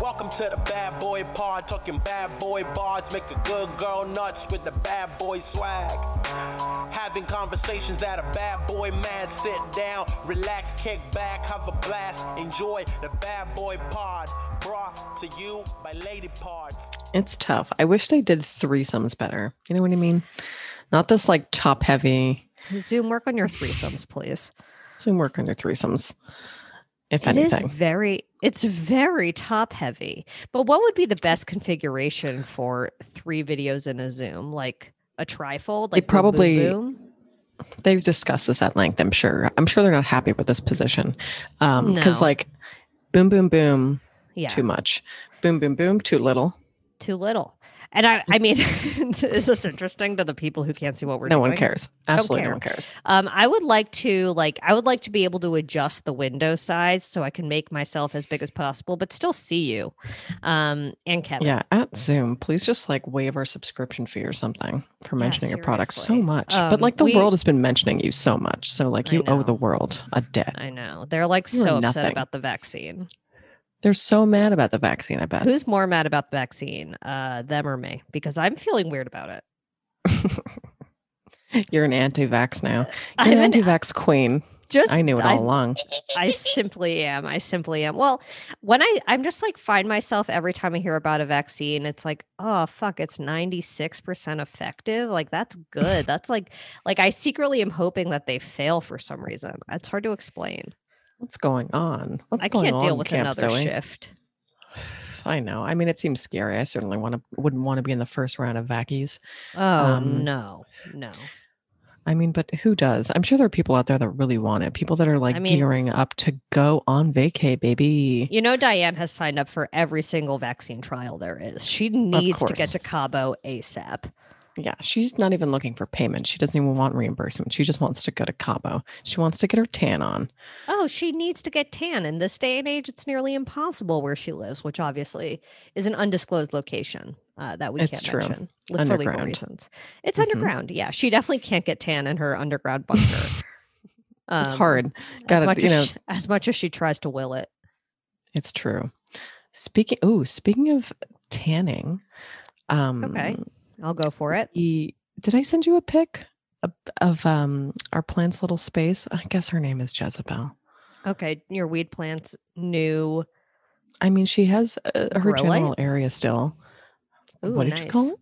Welcome to the bad boy pod, talking bad boy bards, make a good girl nuts with the bad boy swag. Having conversations that a bad boy mad, sit down, relax, kick back, have a blast, enjoy the bad boy pod, brought to you by Lady Pods. It's tough. I wish they did threesomes better. You know what I mean? Not this like top heavy. Zoom, work on your threesomes, please. Zoom work under threesomes, if It is anything. very, it's very top heavy. But what would be the best configuration for three videos in a Zoom? Like a trifold? Like boom, boom, probably- boom? They've discussed this at length, I'm sure. I'm sure they're not happy with this position. Um, because No. like boom, boom, boom, yeah, too much. Boom, boom, boom, too little. too little. And I, I It's- mean, is this interesting to the people who can't see what we're no doing? one cares. Absolutely care. no one cares. Um, I would like to like I would like to be able to adjust the window size so I can make myself as big as possible, but still see you. Um, and Kevin. Yeah. At Zoom, please just like waive our subscription fee or something for mentioning your products so seriously. much. Um, but like the we- world has been mentioning you so much. So like I you owe know. the world a debt. I know they're like You are so upset nothing. about the vaccine. They're so mad about the vaccine, I bet. Who's more mad about the vaccine, uh, them or me? Because I'm feeling weird about it. You're an anti-vax now. You're I'm an an- anti-vax queen. just I knew it all I'm- along. I simply am. I simply am. Well, when I I'm just like find myself every time I hear about a vaccine, it's like, oh fuck, it's 96% effective. Like that's good. That's like like I secretly am hoping that they fail for some reason. It's hard to explain. What's going on? What's I going can't on? deal with Camp another Zoe? shift. I know. I mean, it seems scary. I certainly want to wouldn't want to be in the first round of vaccies. Oh Um, no, no. I mean, but who does? I'm sure there are people out there that really want it. People that are like I mean- gearing up to go on vacay, baby. You know, Diane has signed up for every single vaccine trial there is. She needs to course. get to Cabo ASAP. Yeah, she's not even looking for payment. She doesn't even want reimbursement. She just wants to go to Cabo. She wants to get her tan on. Oh, she needs to get tan. In this day and age, it's nearly impossible where she lives, which obviously is an undisclosed location uh, that we It's can't true. mention li- for legal Underground. reasons. It's Mhm. underground. Yeah, she definitely can't get tan in her underground bunker. It's Um, hard. Got as to much you as know. sh- as much as she tries to will it. It's true. Speaking oh, speaking of tanning, um I'll go for it. we- did I send you a pic of, of um our plant's little space? I guess her name is Jezebel. Okay, your weed plant's new. I mean, she has uh, her Grow it? general area still. Ooh, what did nice. you call it?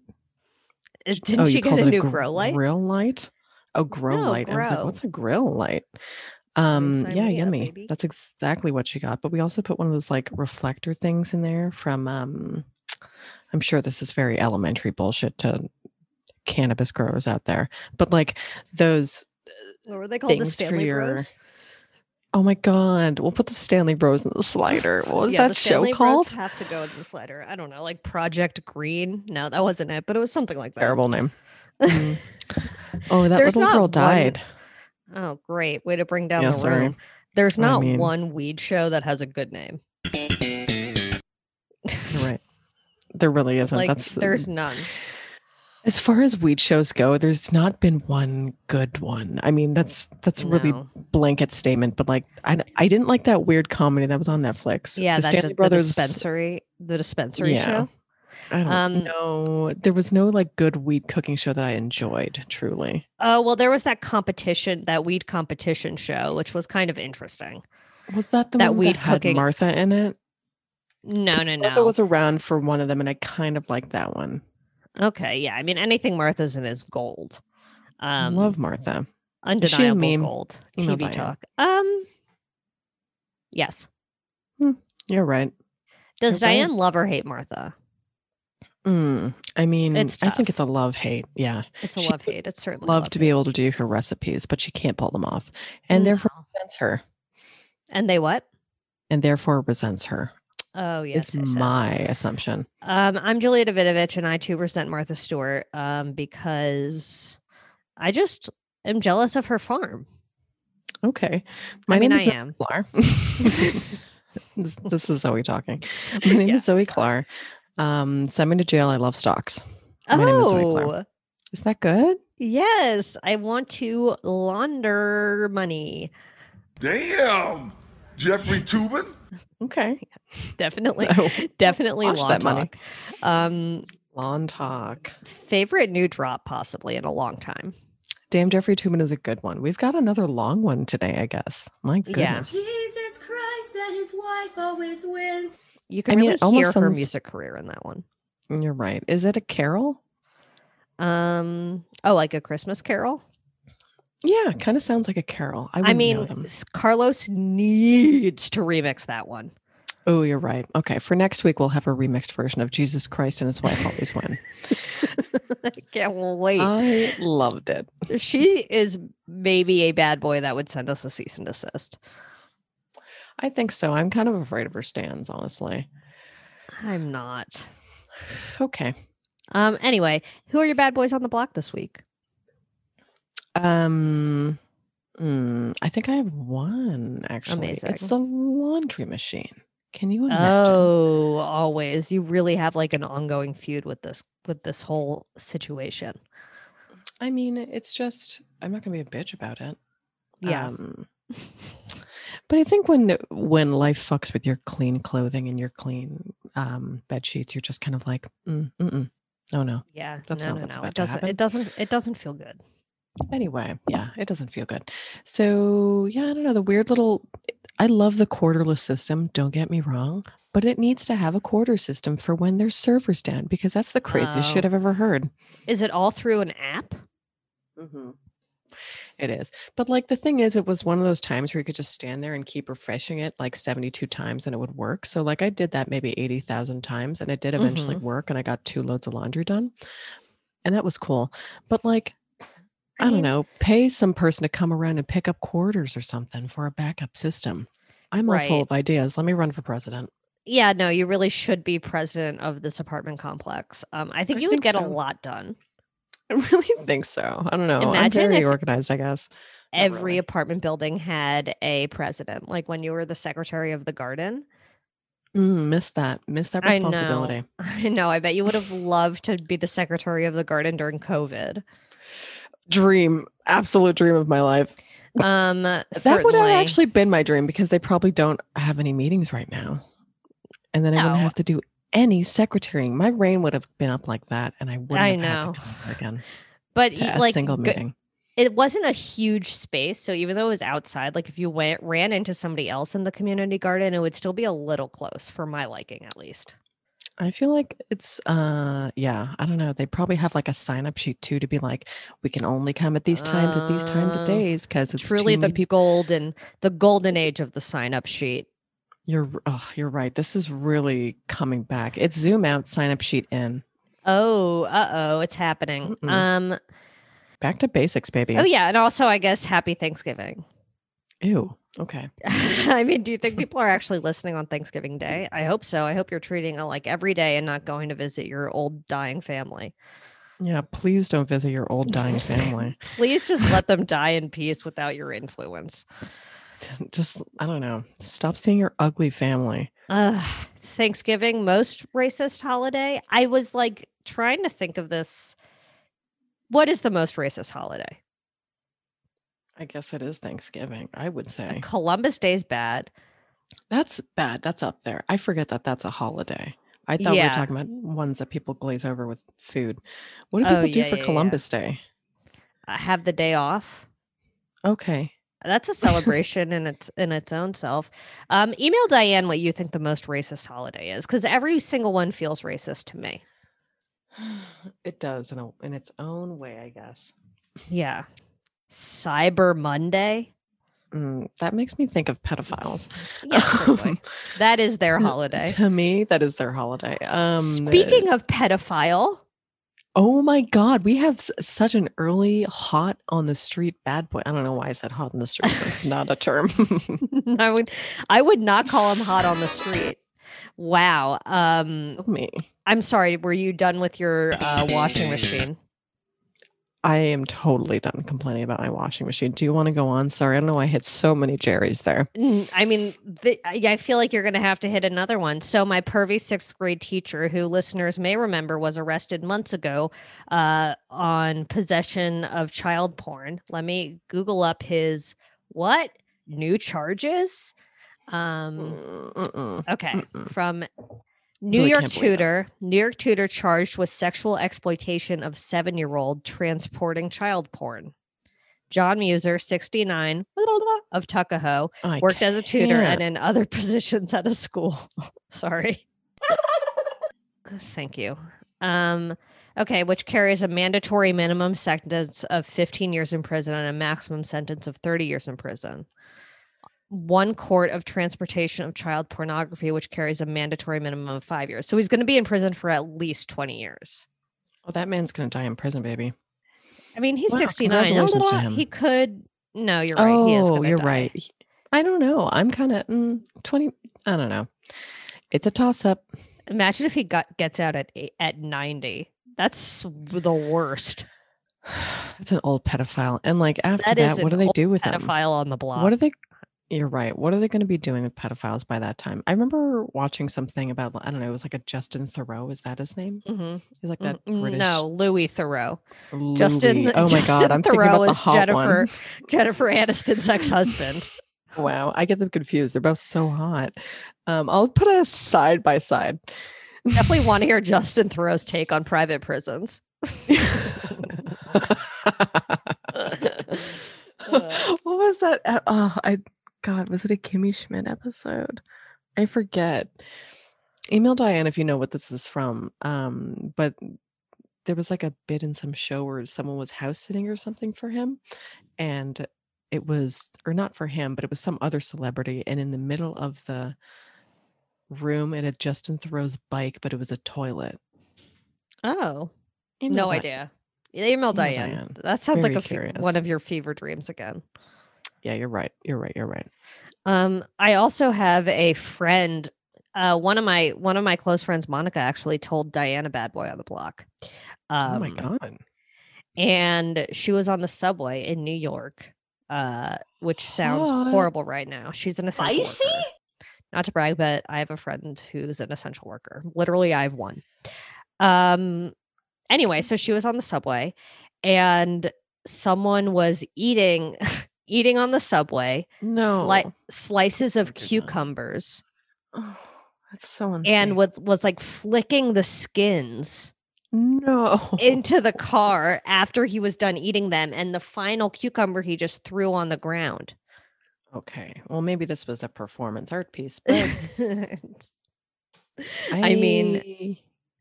Uh, Didn't oh, she you called get a it new grow light? Grill light. Oh, grill No, light. I was like, grow. what's a grill light? Um, sign yeah, me up, yummy. baby. That's exactly what she got. But we also put one of those like reflector things in there from um I'm sure this is very elementary bullshit to cannabis growers out there. But like those What were they called? The things for Stanley your- Bros? oh my god, we'll put the Stanley Bros in the slider. What was Yeah, the that show Stanley Bros called? Have to go in the slider. I don't know, like Project Green. No, that wasn't it, but it was something like that. Terrible name. Mm. Oh, that There's little girl not one- died. Oh, great way to bring down Yeah, the sorry. room. There's I not mean- one weed show that has a good name. You're right. There really isn't. like That's uh, there's none. As far as weed shows go, there's not been one good one. I mean, that's that's a really No. blanket statement, but like I, I didn't like that weird comedy that was on Netflix. yeah, the that Stanley di- Brothers. the dispensary, the dispensary Yeah. show. I don't um, know. There was no like good weed cooking show that I enjoyed. Truly, Oh well, there was that competition, that weed competition show, which was kind of interesting. was that the That one that weed had cooking- Martha in it? No, no, Martha no. was around for one of them, and I kind of liked that one. okay, yeah. I mean, anything Martha's in is gold. I Um, Love Martha. Is she a undeniable meme? gold Email TV Diane. talk. Um, yes. You're right. Does You're right. Diane love or hate Martha? Mm, I mean, It's I think tough. it's a love hate. Yeah, It's a She love Mm. would hate. It's certainly love to be able to do her recipes, but she can't pull them off, and therefore No. resents her. and they what? and therefore resents her. Oh yes, It's yes, yes. my assumption. Um, I'm Julia Davidovich, and I too resent Martha Stewart um, because I just am jealous of her farm. Okay. I mean, name I is am. Zoe Klar. this, this is Zoe talking. My name Yeah. is Zoe Klar. Um, send me to jail. I love stocks. My name is Zoe Klar. oh, Is that good? yes, I want to launder money. Damn! Jeffrey Tubin? Okay. Definitely, Oh, definitely Wash law that talk. money. Um, Lawn talk. favorite new drop possibly in a long time. Damn, Jeffrey Tubin is a good one. We've got another long one today, I guess. My Yeah. goodness. Jesus Christ and his wife always wins. You can I mean, really it almost hear her sounds- Mm, music career in that one. You're right. Is it a carol? Um, oh, like a Christmas Carol. Yeah, kind of sounds like a carol. I, I, wouldn't know mean, them. s- Carlos needs to remix that one. Oh, you're right. Okay, for next week we'll have a remixed version of Jesus Christ and His Wife Always Win. I can't wait. I loved it. she is maybe a bad boy that would send us a cease and desist. I think so. I'm kind of afraid of her stands, honestly. I'm not. Okay. Um. Anyway, who are your bad boys on the block this week? Um, mm, I think I have one actually. It's Amazing. the laundry machine. Can you imagine? Oh, always. You really have like an ongoing feud with this with this whole situation. I mean, it's just I'm not gonna be a bitch about it. Yeah. Um, but I think when when life fucks with your clean clothing and your clean um, bed sheets, you're just kind of like, mm, mm-mm. oh no. yeah. that's no, not no, what's no. about It to doesn't. happen. It doesn't. It doesn't feel good. Anyway, yeah, it doesn't feel good. So yeah, I don't know. The weird little. I love the quarterless system. Don't get me wrong, but it needs to have a quarter system for when there's servers down because that's the craziest shit Oh. I've ever heard. Is it all through an app? It is. But like the thing is, it was one of those times where you could just stand there and keep refreshing it like 72 times and it would work. So like I did that maybe 80,000 times and it did eventually Mhm. work and I got two loads of laundry done. And that was cool. But like, I, don't mean- know, pay some person to come around and pick up quarters or something for a backup system. I'm all full Right. of ideas. Let me run for president. Yeah. No. You really should be president of this apartment complex. Um. I think I you think would get a so. Oh, lot done. I really think so. I don't know. I'm Imagine very if- organized, I guess. Not every really. apartment building had a president. Like when you were the secretary of the garden. Mm, miss that. Miss that I know. responsibility. I know. I bet you would have loved to be the secretary of the garden during COVID. dream, absolute dream of my life. Um, That would have certainly. actually been my dream because they probably don't have any meetings right now. And then I wouldn't No. have to do any secretarying. My reign would have been up like that and I wouldn't I have had to know. come over again but to y- a like single go- meeting. it wasn't a huge space. So even though it was outside, like if you went ran into somebody else in the community garden, it would still be a little close for my liking, at least. I feel like it's uh yeah, I don't know. They probably have like a sign up sheet too to be like, we can only come at these times at these times Uh, of days because it's Truly, too the many people. golden the golden age of the sign up sheet. You're oh, you're right. This is really coming back. It's zoom out, sign up sheet in. Oh, uh oh, it's happening. Mm-mm. Um, Back to basics, baby. oh yeah, and also I guess happy Thanksgiving. Ew. Okay. I mean, do you think people are actually listening on Thanksgiving Day? I hope so. I hope you're treating it like every day and not going to visit your old dying family. Yeah, please don't visit your old dying family. Please just let them die in peace without your influence. Just, I don't know, stop seeing your ugly family. Uh, Thanksgiving, most racist holiday. I was like trying to think of this. What is the most racist holiday? I guess it is Thanksgiving, I would Uh, say. Columbus Day's bad. That's bad. That's up there. I forget that that's a holiday. I thought we Yeah. were talking about ones that people glaze over with food. What do Oh, people do yeah, for yeah, yeah. Columbus Day? I have the day off. Okay. That's a celebration in its in its own self. Um, email Diane what you think the most racist holiday is, because every single one feels racist to me. It does in, a, in its own way, I guess. Yeah, Cyber Monday. Mm, that makes me think of pedophiles. Yes, certainly. that is their Um, holiday. To me, that is their holiday. Um, Speaking of pedophile, Oh my God, we have s- such an early hot on the street bad boy. I don't know why I said hot on the street. That's not a term. I would I would not call him hot on the street. Wow. Um, Me. I'm sorry. Were you done with your uh, washing machine? I am totally done complaining about my washing machine. Do you want to go on? Sorry, I don't know. why I hit so many Jerry's there. N- I mean, the, I I feel like you're going to have to hit another one. So, my pervy sixth grade teacher, who listeners may remember, was arrested months ago uh, on possession of child porn. Let me Google up his what new charges. Um, Mm-mm. okay, Mm-mm. from Mm. New Really York can't believe that. tutor. New York tutor charged with sexual exploitation of seven-year-old transporting child porn. John Muser, 69, of Tuckahoe, I worked as a tutor can't. and in other positions at a school. Sorry. Thank you. Um, okay, which carries a mandatory minimum sentence of 15 years in prison and a maximum sentence of 30 years in prison. One court of transportation of child pornography, which carries a mandatory minimum of five years. So he's going to be in prison for at least 20 years. Well, Oh, that man's gonna die in prison, baby. I mean, he's Wow, 69. congratulations to him. He could. No, you're right. he is oh, gonna you're die. right. He- I don't know. I'm kind of mm, twenty. I don't know. It's a toss up. Imagine if he got gets out at eight, at 90. That's the worst. It's an old pedophile, and like after That that, is what do an they old do with him? Pedophile on the block. What are they? You're right. What are they going to be doing with pedophiles by that time? I remember watching something about I don't know. It was like a Justin Thoreau. Is that his name? Mhm, He's like that mhm. Mm, British. No, Louis Thoreau. Louis. Justin. Oh my Justin God! I'm Thoreau thinking about the is hot Jennifer one. Jennifer Aniston's ex husband. Wow, I get them confused. They're both so hot. Um, I'll put a side by side. Definitely want to hear Justin Thoreau's take on private prisons. what was that? ep- Oh, I God, was it a Kimmy Schmidt episode? I forget. Email Diane if you know what this is from. Um, but there was like a bit in some show where someone was house sitting or something for him, and it was or not for him, but it was some other celebrity, and in the middle of the room, it had Justin Thoreau's bike, but it was a toilet. oh, Email no Di- idea. Email Diane. Diane. That sounds Very like a fe- curious. one of your fever dreams again. Yeah, you're right. You're right. You're right. Um, I also have a friend. Uh, one of my one of my close friends, Monica, actually told Diana Bad Boy on the Block. Um, oh my god. And she was on the subway in New York, uh, which sounds Hot. horrible right now. She's an essential Spicy? worker. Not to brag, but I have a friend who's an essential worker. Literally, I have one. Um. Anyway, so she was on the subway, and someone was eating eating on the subway No. sli- slices of did not. cucumbers Oh, that's so unsafe. and with, was like flicking the skins no into the car after he was done eating them. And the final cucumber he just threw on the ground. okay. Well, maybe this was a performance art piece, but I, I, mean,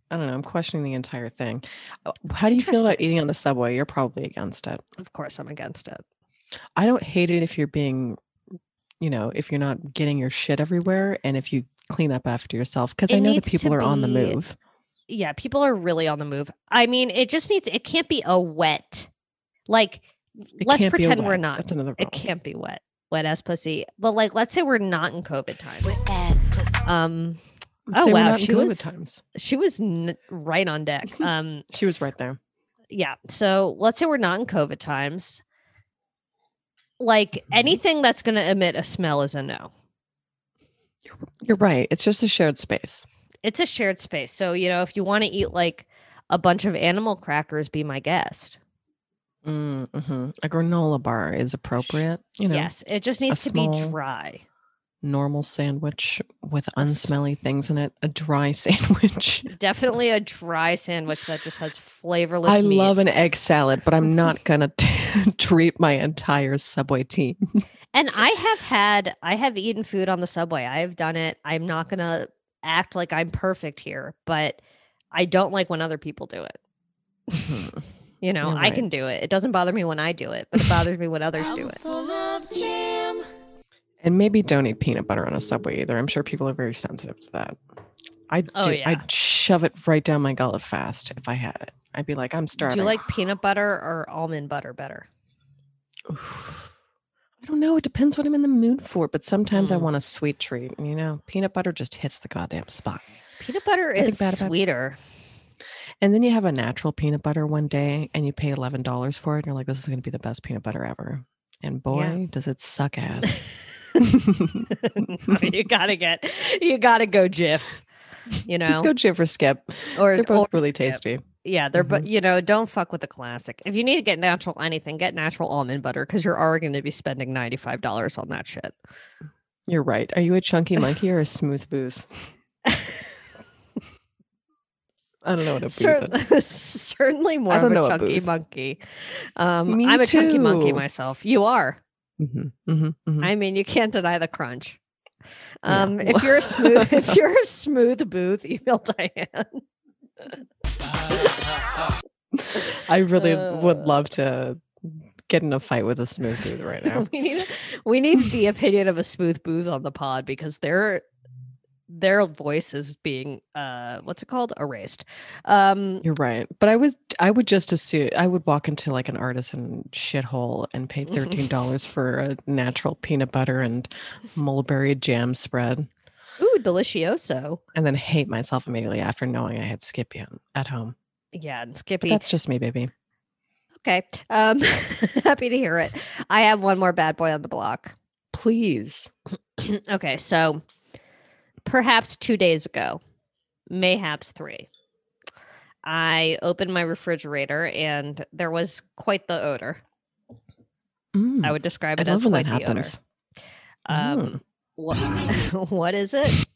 I don't know. I'm questioning the entire thing. Uh, How do you feel about Interesting. eating on the subway? You're probably against it. of course, I'm against it. I don't hate it if you're being, you know, if you're not getting your shit everywhere and if you clean up after yourself because I It know that needs to people are on the be- move. Yeah, people are really on the move. I mean, it just needs, it can't be a wet, like, It let's can't be a pretend we're wet. not. That's another It problem. can't be wet, wet ass pussy. But like, let's say we're not in COVID times. ass pussy. Um, Let's Oh, say we're wow, not in she COVID was- times. she was n- right on deck. Um, She was right there. yeah. So let's say we're not in COVID times. Like anything that's going to emit a smell is a no. You're right. It's just a shared space. It's a shared space. So, you know, if you want to eat like a bunch of animal crackers, be my guest. Mm-hmm. A granola bar is appropriate. You know, yes. It just needs to be small- dry. normal sandwich with s- unsmelly things in it, a dry sandwich. Definitely a dry sandwich that just has flavorless I meat. love an egg salad, but I'm not gonna t- treat my entire Subway team. And I have had, I have eaten food on the subway. I have done it. I'm not going to act like I'm perfect here, but I don't like when other people do it. Mm-hmm. You know, You're I right. can do it. It doesn't bother me when I do it, but it bothers me when others do it. full of jam. and maybe don't eat peanut butter on a Subway either. I'm sure people are very sensitive to that. I do. Oh, yeah. I'd shove it right down my gullet fast if I had it. I'd be like, I'm starving. Do you like peanut butter or almond butter better? I don't know. It depends what I'm in the mood for, but sometimes I Mm. want a sweet treat. And you know, peanut butter just hits the goddamn spot. Peanut butter Nothing is bad about- sweeter. And then you have a natural peanut butter one day and you pay $11 for it and you're like, this is going to be the best peanut butter ever. And boy, does it suck ass. No, you gotta get, you gotta go Jif. You know, Just go Jif or Skip. or They're both or really Skip. tasty. Mm-hmm. Yeah, they're but you know, don't fuck with the classic. If you need to get natural anything, get natural almond butter because you're already going to be spending ninety five dollars on that shit. You're right. Are you a chunky monkey or a smooth booth? I don't know what a booth Cer- is. certainly more I of don't a know a chunky booth. monkey. Um, Me I'm a chunky monkey too. myself. You are. Mhm, mhm, mhm. I mean, you can't deny the crunch. Yeah. Um, If you're a smooth, if you're a smooth booth, email Diane. I really would Uh. love to get in a fight with a smooth booth right now. we need we need the opinion of a smooth booth on the pod because their their voice is being uh what's it called erased. Um, You're right. But I was I would just assume I would walk into like an artisan shithole and pay Mm-hmm. thirteen dollars for a natural peanut butter and mulberry jam spread ooh, delicioso. and then hate myself immediately after knowing I had Skippy on, at home. Yeah, and But Skippy. that's just me, baby. Okay. Um happy to hear it. I have one more bad boy on the block. Please. okay, so perhaps 2 days ago, mayhaps 3. I opened my refrigerator and there was quite the odor. Mm, I would describe I it as love when quite that the happens. Hmm. odor. Um what, what is it?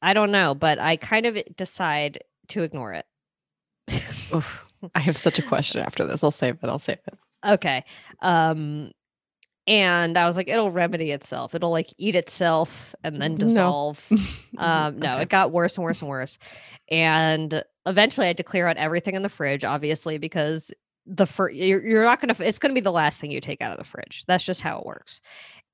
I don't know, but I kind of decide to ignore it. Mm. Oof. I have such a question after this. I'll save it. I'll save it. Okay. Um and I was like, it'll remedy itself. It'll like eat itself and then No. dissolve. Um no, Okay. it got worse and worse and worse. And eventually I had to clear out everything in the fridge, obviously, because the first you're, you're not gonna it's gonna be the last thing you take out of the fridge. That's just how it works.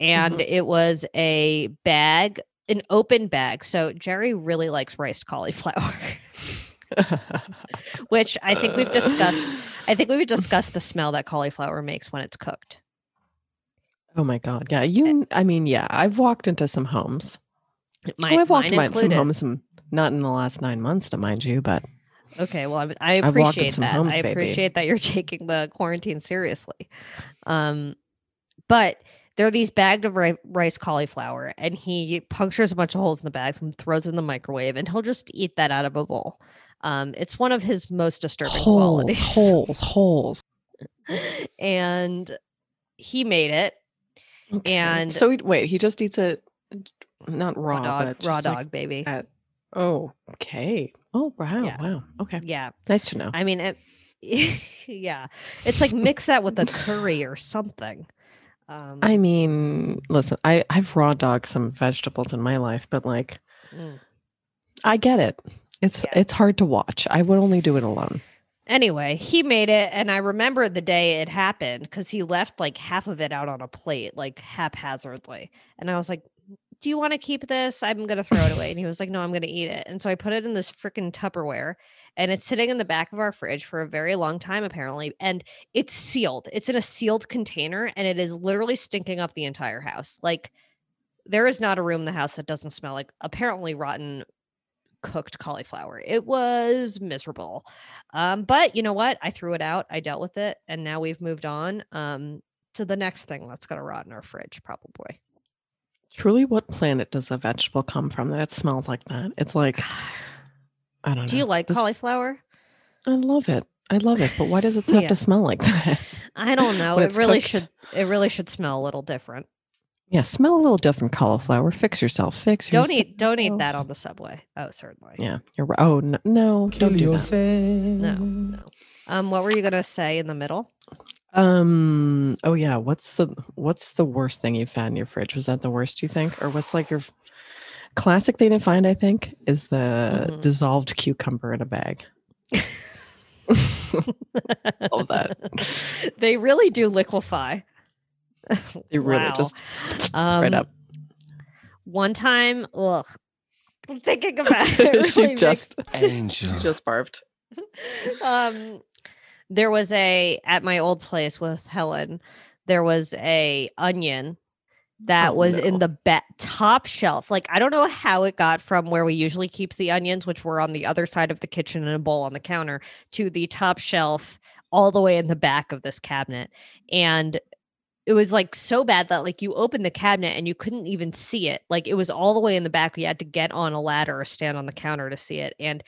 And Mm-hmm. it was a bag, an open bag. So Jerry really likes riced cauliflower, which I think we've discussed. I think we've discussed the smell that cauliflower makes when it's cooked. Oh my god. Yeah. Eh You I mean, yeah, I've walked into some homes. My, oh, I've walked mine into some included. homes some not in the last nine months to mind you, but Okay, well, I'm, I I've walked in appreciate some that. homes, I baby. appreciate that you're taking the quarantine seriously. Um, but there are these bagged of ri- rice cauliflower, and he punctures a bunch of holes in the bags and throws it in the microwave, and he'll just eat that out of a bowl. Um, it's one of his most disturbing holes, qualities. holes, holes. and he made it Okay. And- so he, wait, he just eats it not raw, raw dog, but raw just like- uh, dog, baby. that. oh, okay. Oh wow, Yeah. wow. Okay. Yeah, Nice to know. I mean, it, yeah, it's like mix that with a curry or something. Um, I mean, listen, I, I've raw dogged some vegetables in my life, but like mm. I get it. It's Yeah. it's hard to watch. I would only do it alone. Anyway, he made it, and I remember the day it happened because he left like half of it out on a plate, like haphazardly. And I was like, Do you want to keep this? I'm going to throw it away. And he was like, No, I'm going to eat it. And so I put it in this freaking Tupperware, and it's sitting in the back of our fridge for a very long time, apparently. And it's sealed, it's in a sealed container, and it is literally stinking up the entire house. Like, there is not a room in the house that doesn't smell like apparently rotten cooked cauliflower. It was miserable. Um, but you know what? I threw it out. I dealt with it, and now we've moved on um, to the next thing that's gonna rot in our fridge, probably. Truly, what planet does a vegetable come from that it smells like that? It's like I don't know. Do you like Mm-hmm. This- cauliflower? I love it. I love it. But why does it have Yeah. to smell like that? I don't know. when It it's really cooked. should. It really should smell a little different. Yeah, smell a little different, cauliflower. Fix yourself. Fix Don't yourself. eat. Don't eat that yourself. on the subway. Oh, certainly. Yeah, you're right. Oh no, no don't do that. No. Mm. No. Um, what were you gonna say in the middle? Um. Oh yeah. What's the What's the worst thing you've had in your fridge? Was that the worst you think, or what's like your f- classic thing to find? I think is the Mm-hmm. Mhm. dissolved cucumber in a bag. All that. they really do liquefy. They really Wow. just um, right up. One time, ugh, I'm thinking about it. really she makes- just Angel. just barfed. um there was a at my old place with helen there was a onion that Oh, was in no. the be- top shelf like i don't know how it got from where we usually keep the onions which were on the other side of the kitchen in a bowl on the counter to the top shelf all the way in the back of this cabinet and it was like so bad that like you opened the cabinet and you couldn't even see it like it was all the way in the back you had to get on a ladder or stand on the counter to see it and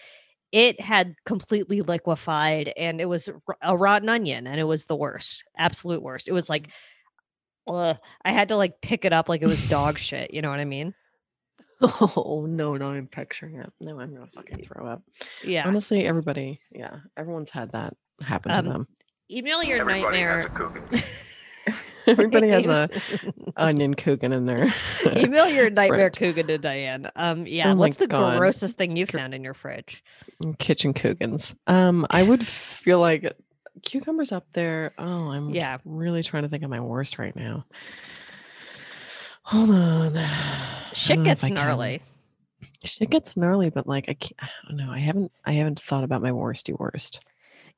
it had completely liquefied and it was r- a rotten onion and it was the worst absolute worst it was like Mm. ugh, I had to like pick it up like it was dog shit. You know what I mean? Oh no, no, I'm picturing it. No, I'm gonna fucking throw up. Yeah. Honestly, everybody, yeah, everyone's had that happen Um, to them. Email your Everybody has a nightmare. Coogan. Everybody has a onion coogan in there. Email your nightmare cougar to Diane. Um, yeah. Oh my what's the God. grossest thing you've found in your fridge? Kitchen coogans. Um, I would feel like cucumbers up there. Oh, I'm Yeah. really trying to think of my worst right now. Hold on. I Shit don't know Oh, if gets I can. gnarly. Shit gets gnarly, but like I can't, I don't know. I haven't I haven't thought about my worsty worst.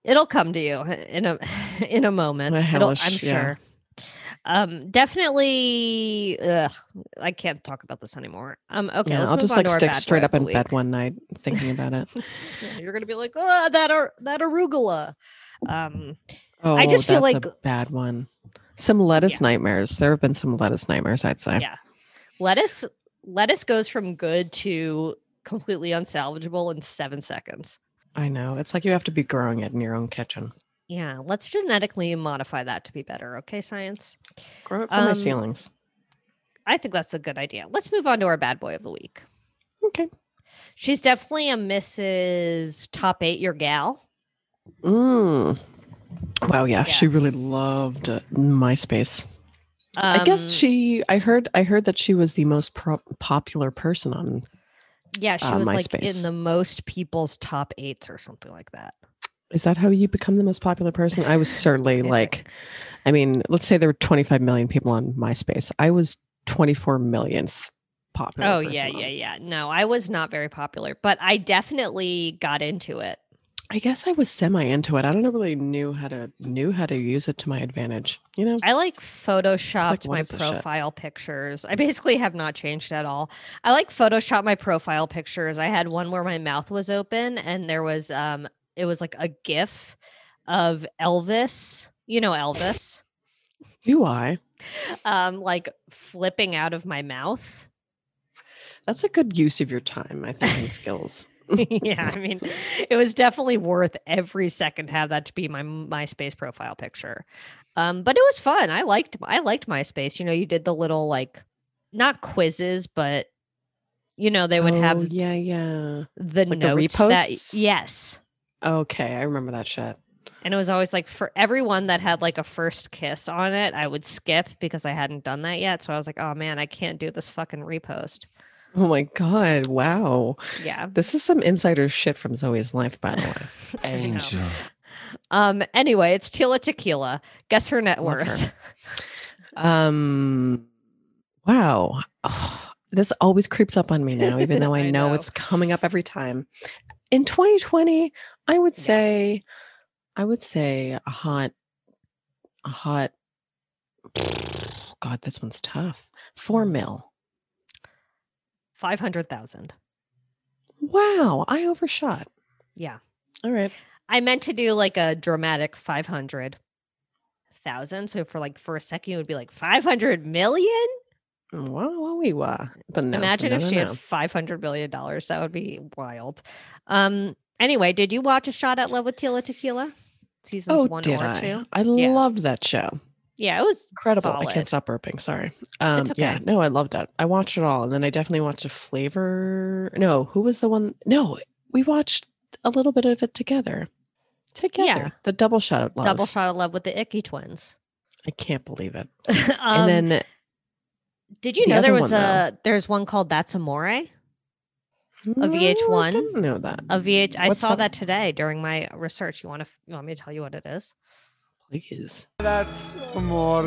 It'll come to you in a in a moment. My It'll- I'm hellish- yeah. sure. Um, definitely. Ugh, I can't talk about this anymore. Um, okay. yeah, let's I'll move just on like to our stick bad straight boy up of in the week. bed one night thinking about it. Yeah, you're gonna be like, oh, that ar- that arugula. Um, Oh, I just feel that's a like- bad one. Some lettuce nightmares. There have been some lettuce nightmares, I'd say. Yeah. lettuce lettuce goes from good to completely unsalvageable in seven seconds. I know. It's like you have to be growing it in your own kitchen. Yeah, let's genetically modify that to be better. Okay, science. Grow it from Um, the ceilings. I think that's a good idea. Let's move on to our bad boy of the week. Okay. She's definitely a Mrs. Top Eight Your Gal. Mm. Wow, yeah, Yeah. she really loved uh, MySpace. Um, I guess she. I heard. I heard that she was the most pro- popular person on. Yeah, she uh, was like in MySpace. the most people's top eights or something like that. Is that how you become the most popular person? I was certainly Yeah. like, I mean, let's say there were 25 million people on MySpace. I was 24 millionth popular. Oh yeah, person on yeah, yeah. No, I was not very popular, but I definitely got into it. I guess I was semi into it. I don't really knew how to knew how to use it to my advantage. You know, I like what photoshopped my is this shit? profile pictures. I basically have not changed at all. I like photoshopped my profile pictures. I had one where my mouth was open and there was um it was like a gif of Elvis, you know Elvis, do I? um like flipping out of my mouth. That's a good use of your time, I think, and skills. yeah, I mean, it was definitely worth every second to have that to be my MySpace profile picture. Um, but it was fun. I liked I liked MySpace. You know, you did the little like not quizzes, but you know, they would Oh, have yeah, yeah. the like the notes that reposts? yes. Okay, I remember that shit. And it was always like for everyone that had like a first kiss on it, I would skip because I hadn't done that yet. So I was like, oh man, I can't do this fucking repost. Oh my god! Wow, Yeah. this is some insider shit from Zoe's life, by the way. I know. Um anyway, it's Tila Tequila. Guess her net Love her. worth. Um, wow, Ugh, this always creeps up on me now, even though I, I know, know. it's coming up every time. In 2020, I would Yeah. say, I would say a hot, a hot. God, this one's tough. Four Mm. mil. Five hundred thousand. Wow, I overshot. Yeah. All right. I meant to do like a dramatic 500,000. So for like for a second, it would be like 500 million. Wow, wow, we were. But no, Imagine no, if no, she no. had 500 million dollars. That would be wild. Um. Anyway, did you watch a shot at Love with Tila Tequila? Seasons Oh, one did or I? two. I Yeah. loved that show. Yeah, it was Incredible. I solid. can't stop burping. Sorry. Um, Yeah. okay. No, I loved that. I watched it all, and then I definitely watched a flavor. No, who was the one? No, we watched a little bit of it together. Together, Yeah. the double shot of love. Double shot of love with the Icky twins. I can't believe it. um, and then did you the know there other was one, though. a there's one called That's Amore? No, I VH1? didn't know that. A VH. I What's saw that today during my research. You want to? You want me to tell you what it is? Please. That's more.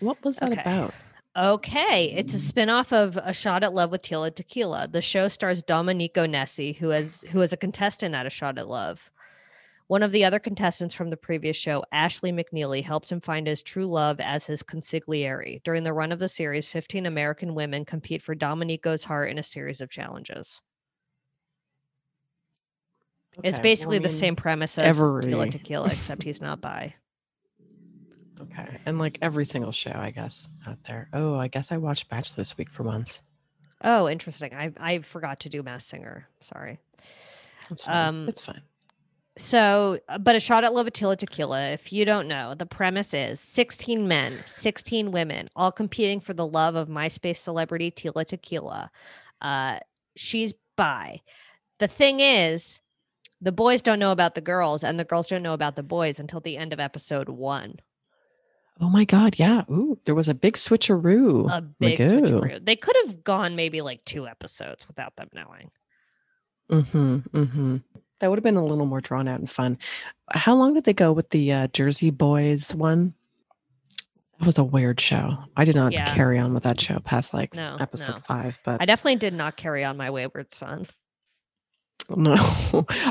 What was that Okay. about? Okay, it's a spin-off of A Shot at Love with Tila Tequila. The show stars Dominico Nessi, who has who is a contestant at A Shot at Love. One of the other contestants from the previous show, Ashley McNeely, helps him find his true love as his consigliere. During the run of the series, 15 American women compete for Dominico's heart in a series of challenges. Okay, it's well, basically I the mean, same premise as every- Tila Tequila, except he's not by. Okay, and like every single show, I guess out there. Oh, I guess I watched Bachelor this week for once. Oh, interesting. I I forgot to do Mass Singer. Sorry. It's fine. Um, it's fine. So, uh, but a shot at Lovatilla Tequila, if you don't know, the premise is 16 men, 16 women, all competing for the love of MySpace celebrity Tila Tequila. Uh, she's bi. The thing is, the boys don't know about the girls, and the girls don't know about the boys until the end of episode one. Oh my God. Yeah. Ooh, there was a big switcheroo. A big Magoo. switcheroo. They could have gone maybe like two episodes without them knowing. Mm-hmm. Mm-hmm. That would have been a little more drawn out and fun. How long did they go with the uh, Jersey Boys one? That was a weird show. I did not Yeah. carry on with that show past like No, episode no. five, but I definitely did not carry on my wayward son. no.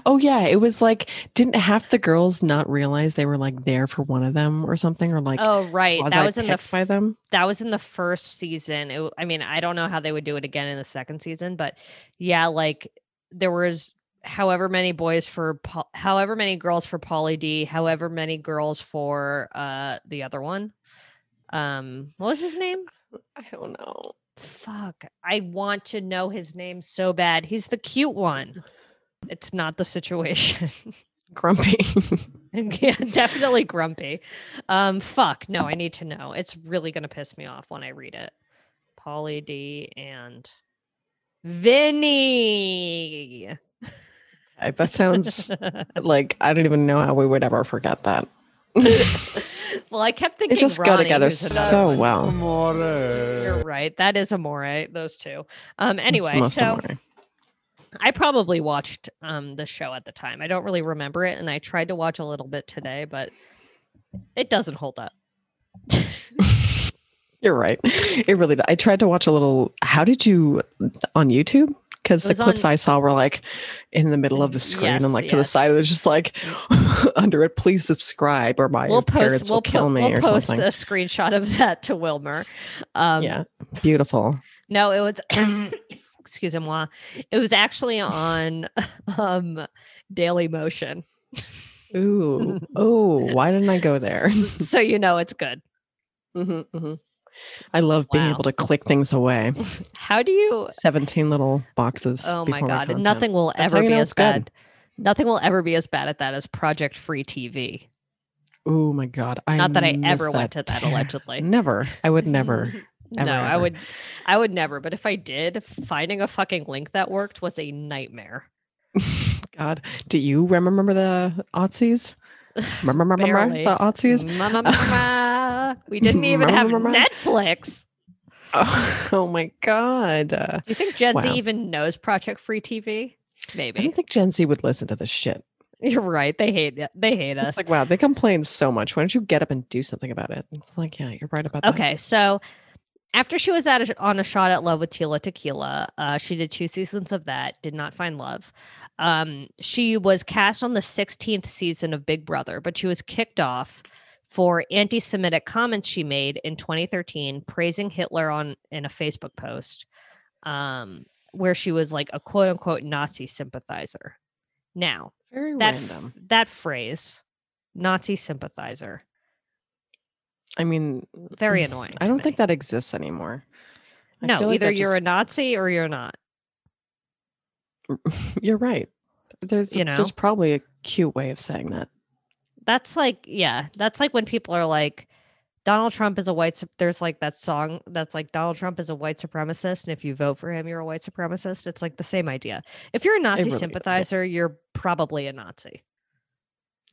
oh yeah, it was like didn't half the girls not realize they were like there for one of them or something, or like oh right, that was in the quasi-picked by f- them. that was in the first season. It, w- I mean, I don't know how they would do it again in the second season, but yeah, like there was however many boys for Pol- however many girls for Polly D, however many girls for uh the other one. Um, what was his name? I don't know. Fuck, I want to know his name so bad. He's the cute one. It's not the situation. Grumpy. yeah, definitely grumpy. Um, fuck. No, I need to know. It's really gonna piss me off when I read it. Polly D and Vinny. that sounds like I don't even know how we would ever forget that. well, I kept thinking It just Ronnie, go together who's another so one. well. Amore. You're right. That is Amore. Those two. Um. It's the Anyway, most so annoying. I probably watched um the show at the time. I don't really remember it, and I tried to watch a little bit today, but it doesn't hold up. You're right. It really. I tried to watch a little. How did you on YouTube? Because It the was clips on- I saw were like in the middle of the screen Yes, and like to the yes. side. It was just like under it. Please subscribe or my we'll post parents will we'll, kill po- me we'll or post something. a screenshot of that to Wilmer. Um yeah, beautiful. no, it was excuse moi. It was actually on um Daily Motion. Ooh, oh, why didn't I go there? so you know it's good. Mhm, mhm. I love being Mm-hmm, Wow. able to click things away. How do you Seventeen little boxes. Oh my before god, content. nothing will That's how ever you be know as it's good. bad. Nothing will ever be as bad at that as Project Free TV. Oh my god! I Not that I miss ever went to that ter- allegedly. Never. I would never. no, ever, I ever. would I would never, but if I did, finding a fucking link that worked was a nightmare. God, do you remember the Aussies? Remember, remember, Barely. the Aussies? Mama, mama. We didn't even Mama, have mama. Netflix. Oh, Mm. my God. Uh, Do you think Gen Z Wow. even knows Project Free TV? I Maybe. don't think Gen Z would listen to this shit. You're right. They hate it. They hate us. It's like, wow, they complain so much. Why don't you get up and do something about it? It's like, yeah, you're right about that. Okay, so after she was at a, sh- on a shot at love with Tila Tequila, uh, she did two seasons of that. Did not find love. Um, she was cast on the 16th season of Big Brother, but she was kicked off for anti-Semitic comments she made in 2013, praising Hitler on in a Facebook post, um, where she was like a quote-unquote Nazi sympathizer. Now, Very that f- random. that phrase, Nazi sympathizer, I mean, mm, very annoying. I to don't me. think that exists anymore. I no, feel like either that you're just- a Nazi or you're not. you're right. There's you know? there's probably a cute way of saying that. That's like, yeah, that's like when people are like, Donald Trump is a white. sup- There's like that song that's like Donald Trump is a white supremacist, and if you vote for him, you're a white supremacist. It's like the same idea. If you're a Nazi really is, yeah. sympathizer, you're probably a Nazi.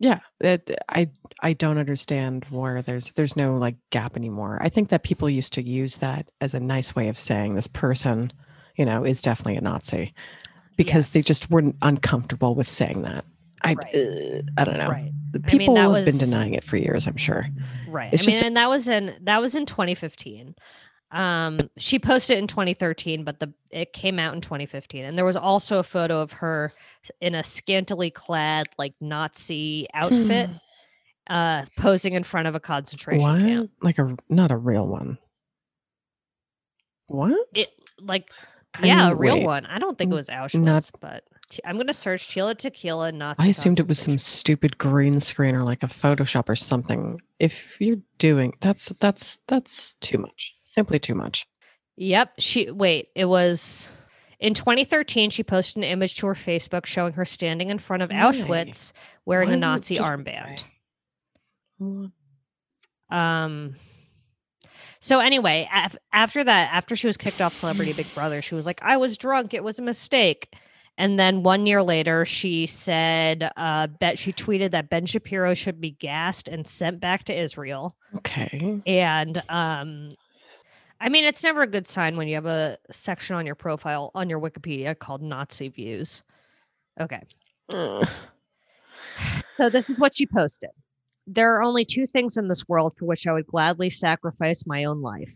Yeah, that I I don't understand where there's there's no like gap anymore. I think that people used to use that as a nice way of saying this person, you know, is definitely a Nazi because they Yes. just weren't uncomfortable with saying that. I Right. uh, I don't know. Right, The I mean, People that have been was- denying it for years, I'm sure. right. It's I mean, just- and that was in that was in 2015. Um, she posted it in 2013, but the it came out in 2015, and there was also a photo of her in a scantily clad like Nazi outfit, Mm. uh, posing in front of a concentration What? camp. Like a not a real one. What? It like I yeah, a mean, real wait. one. I don't think it N- was Auschwitz, but t- I'm gonna search Tila Tequila Nazi. I assumed it was some concentration- stupid green screen or like a Photoshop or something. If you're doing that's that's that's too much. Simply too much. Yep. She wait. It was. In 2013, she posted an image to her Facebook showing her standing in front of Why? Auschwitz wearing Why a not Nazi just- armband. Well, Um. So anyway, af- after that, after she was kicked off Celebrity Big Brother, she was like, "I was drunk. It was a mistake." And then one year later, she said, uh, "Bet she tweeted that Ben Shapiro should be gassed and sent back to Israel." Okay. And um, I mean, it's never a good sign when you have a section on your profile on your Wikipedia called Nazi views. Okay. Ugh. So this is what she posted. There are only two things in this world for which I would gladly sacrifice my own life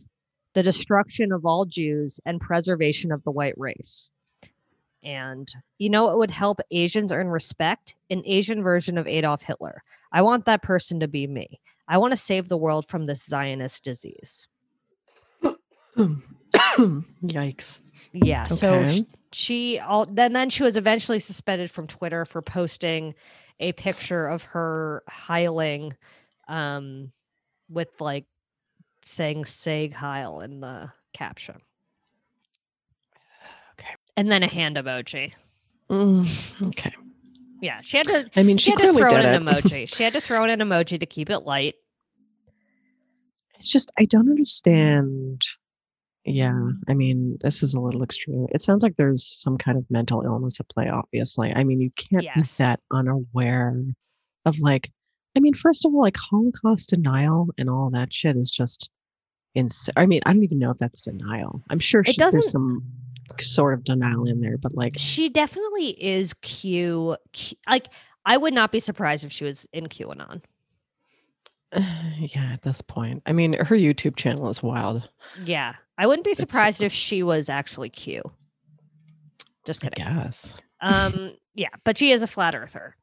the destruction of all Jews and preservation of the white race. And you know what would help Asians earn respect? An Asian version of Adolf Hitler. I want that person to be me. I want to save the world from this Zionist disease. Yikes. Yeah. So Okay. sh- she all then then she was eventually suspended from Twitter for posting a picture of her heiling um with like saying Sag Heil in the caption. Okay. And then a hand emoji. Mm, okay. Yeah. She had to I mean, she, she, had to clearly throw in did an it. emoji. She had to throw in an emoji to keep it light. It's just I don't understand. Yeah, I mean, this is a little extreme. It sounds like there's some kind of mental illness at play. Obviously, I mean, you can't Yes. be that unaware of like. I mean, first of all, like Holocaust denial and all that shit is just ins. I mean, I don't even know if that's denial. I'm sure It she, there's doesn't- some sort of denial in there, but like, She definitely is Q, Q like I would not be surprised if she was in QAnon. yeah, at this point, I mean, her YouTube channel is wild. Yeah. I wouldn't be That's surprised super- if she was actually Q. Just I kidding. guess. Um, yeah, but she is a flat earther.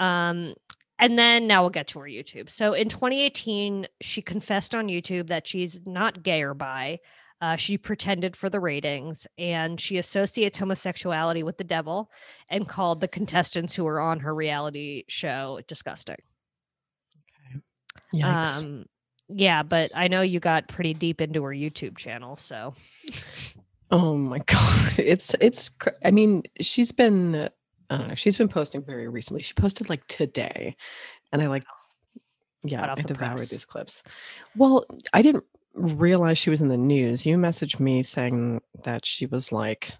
Um, and then now we'll get to her YouTube. So in 2018, she confessed on YouTube that she's not gay or bi. Uh, she pretended for the ratings and she associates homosexuality with the devil and called the contestants who were on her reality show disgusting. Yikes. Um, yeah, but I know you got pretty deep into her YouTube channel. So, Oh my god, it's it's. cr- I mean, she's been. uh, I don't know. She's been posting very recently. She posted like today, and I like. Hot Yeah, Oh, off I the devoured press. these clips. Well, I didn't realize she was in the news. You messaged me saying that she was like.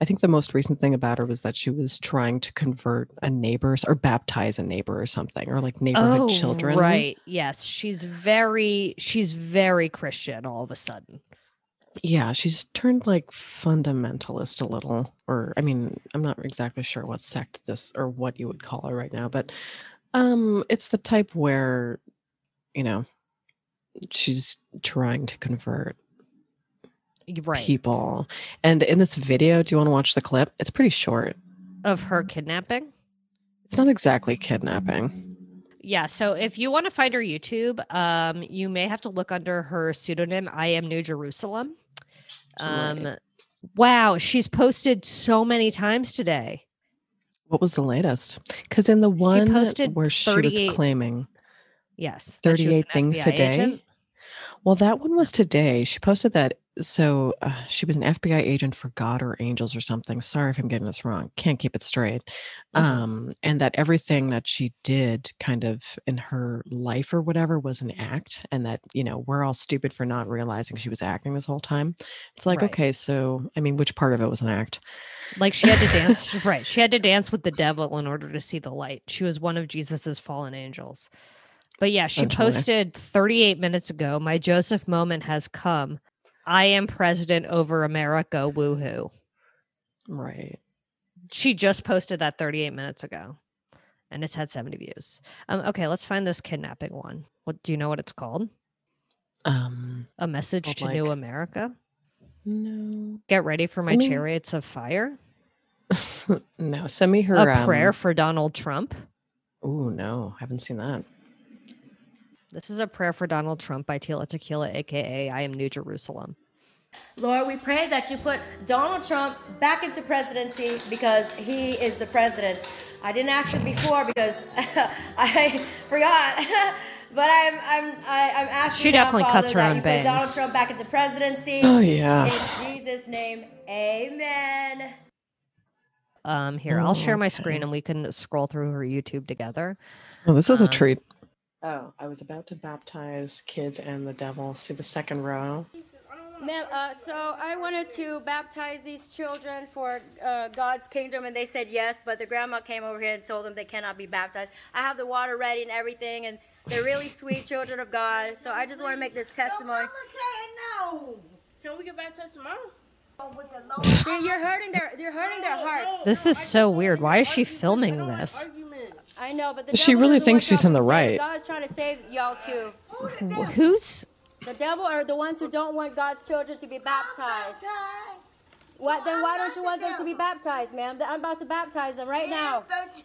I think the most recent thing about her was that she was trying to convert a neighbor's or baptize a neighbor or something, or like neighborhood children. Oh, Right. Yes. She's very she's very Christian all of a sudden. Yeah, she's turned like fundamentalist a little, or I mean, I'm not exactly sure what sect this or what you would call her right now, but um, it's the type where, you know, she's trying to convert Y- Right. people. And in this video, do you want to watch the clip? It's pretty short. Of her kidnapping. It's not exactly kidnapping. Yeah. So if you want to find her YouTube, um, you may have to look under her pseudonym I am New Jerusalem. Um Right. wow, she's posted so many times today. What was the latest? Because in the one posted where she 38 was claiming Yes. that she 38 was an things FBI today. agent. Well, that one was today. She posted that. So uh, she was an FBI agent for God or angels or something. Sorry if I'm getting this wrong. Can't keep it straight. Mhm. Um, and that everything that she did kind of in her life or whatever was an act. And that, you know, we're all stupid for not realizing she was acting this whole time. It's like, Right. okay, so I mean, which part of it was an act? Like she had to dance right. She had to dance with the devil in order to see the light. She was one of Jesus's fallen angels. But yeah, she Essentially. posted 38 minutes ago, my Joseph moment has come. I am president over America. Woohoo. Right. She just posted that 38 minutes ago. And it's had 70 views. Um, okay, let's find this kidnapping one. What do you know what it's called? Um, A message Called, to New like- America. no, Get ready for my Something- chariots of fire. no, send me her A prayer Um, for Donald Trump. oh, no, haven't seen that. This is a prayer for Donald Trump by Tila Tequila, aka I am New Jerusalem. Lord, we pray that you put Donald Trump back into presidency because he is the president. I didn't ask it before because I forgot But I'm I'm I, I'm asking. She definitely now, Father, cuts her that own you put Donald bangs. Trump back into presidency. Oh, yeah. In Jesus' name, Amen. Um, here, I'll share my screen and we can scroll through her YouTube together. Well, this is a Um, treat. Oh, I was about to baptize kids and the devil. See the second row. Ma'am, uh, so I wanted to baptize these children for uh, God's kingdom, and they said yes, but the grandma came over here and told them they cannot be baptized. I have the water ready and everything, and they're really sweet children of God. So I just want to make this testimony. no. Oh, Can we get back to us tomorrow? With the Lord. You're, you're hurting their, you're hurting their hearts. This is so weird. Why is she filming this? I know, but the She devil really doesn't thinks want she's y'all in to the save. right. God's trying to save y'all too. Wh- Who's The devil are the ones who don't want God's children to be baptized. Baptized Why, then why don't you want them to be baptized, ma'am? I'm about to baptize them right in now. the church.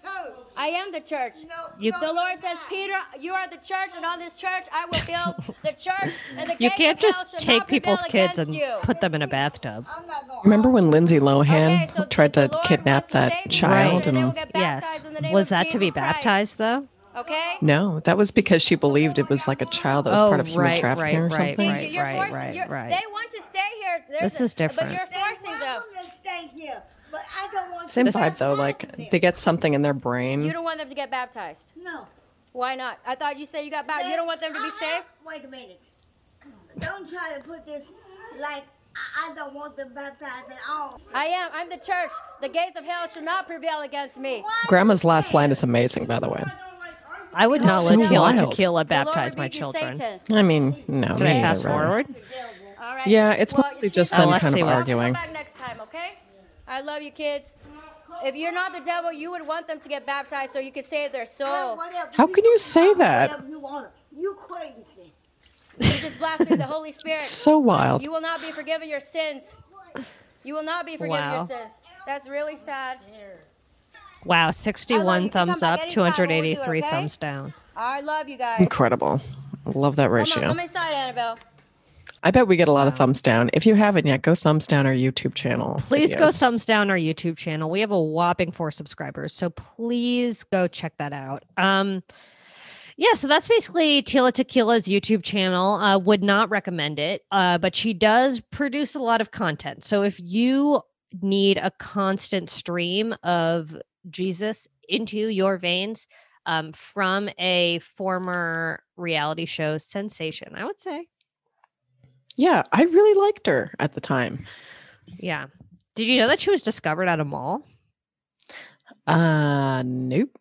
I am the church. No, You- no, The Lord you're says, not. Peter, you are the church, and on this church I will build the church. And the you gates can't of hell just shall not take prevail people's kids against and you. put them in a bathtub. I'm not going. Remember when Lindsay Lohan Okay, so tried the to Lord kidnap wants to save that these child? children, they will And get Yes. baptized in the name Was of that to be Jesus Christ. baptized though? Okay. no, that was because she believed it was like a child that was Oh, part of human right, trafficking right, or right, something. right. you're forcing, you're, right. They want to stay here. There's This a- is different. But They you're forcing want them. them to stay here, but I don't want Same them to vibe though. Like they get something in their You brain. don't want them to get baptized. No. Why not? I thought you said you got baptized. You don't want them to be Uh-uh. saved? Wait a minute. Don't try to put this like I, I don't want them baptized at all. I am. I'm the church. The gates of hell shall not prevail against me. Why Grandma's you last say line is amazing, by the way. I would not That's let so Tequila wild. Tequila The Lord baptize my rebuke you, children. Satan. I mean, no. Can I neither, fast really. forward? All right. Yeah, it's Well, mostly if she just doesn't them let's kind see of what- Come arguing. back next time, okay? I love you, kids. If you're not the devil, you would want them to get baptized so you could save their Well, soul. whatever How can you do, say that? whatever You, want to. you crazy. You just blaspheme the Holy Spirit. So wild. You will not be forgiven your sins. You will not be forgiven Wow. your sins. That's really sad. Wow, 61 you can come thumbs back up, anytime and we'll do it, 283 okay? thumbs down. I love you guys. Incredible. Love that Come on, ratio. come inside, Annabelle. I bet we get a lot of thumbs down. If you haven't yet, go thumbs down our YouTube channel. Please go videos. thumbs down our YouTube channel. We have a whopping four subscribers, so please go check that out. Um, yeah, so that's basically Tila Tequila's YouTube channel. Uh, would not recommend it, uh, but she does produce a lot of content. So if you need a constant stream of Jesus into your veins um, from a former reality show sensation, I would say, Yeah, I really liked her at the time. yeah. Did you know that she was discovered at a mall? Uh, nope.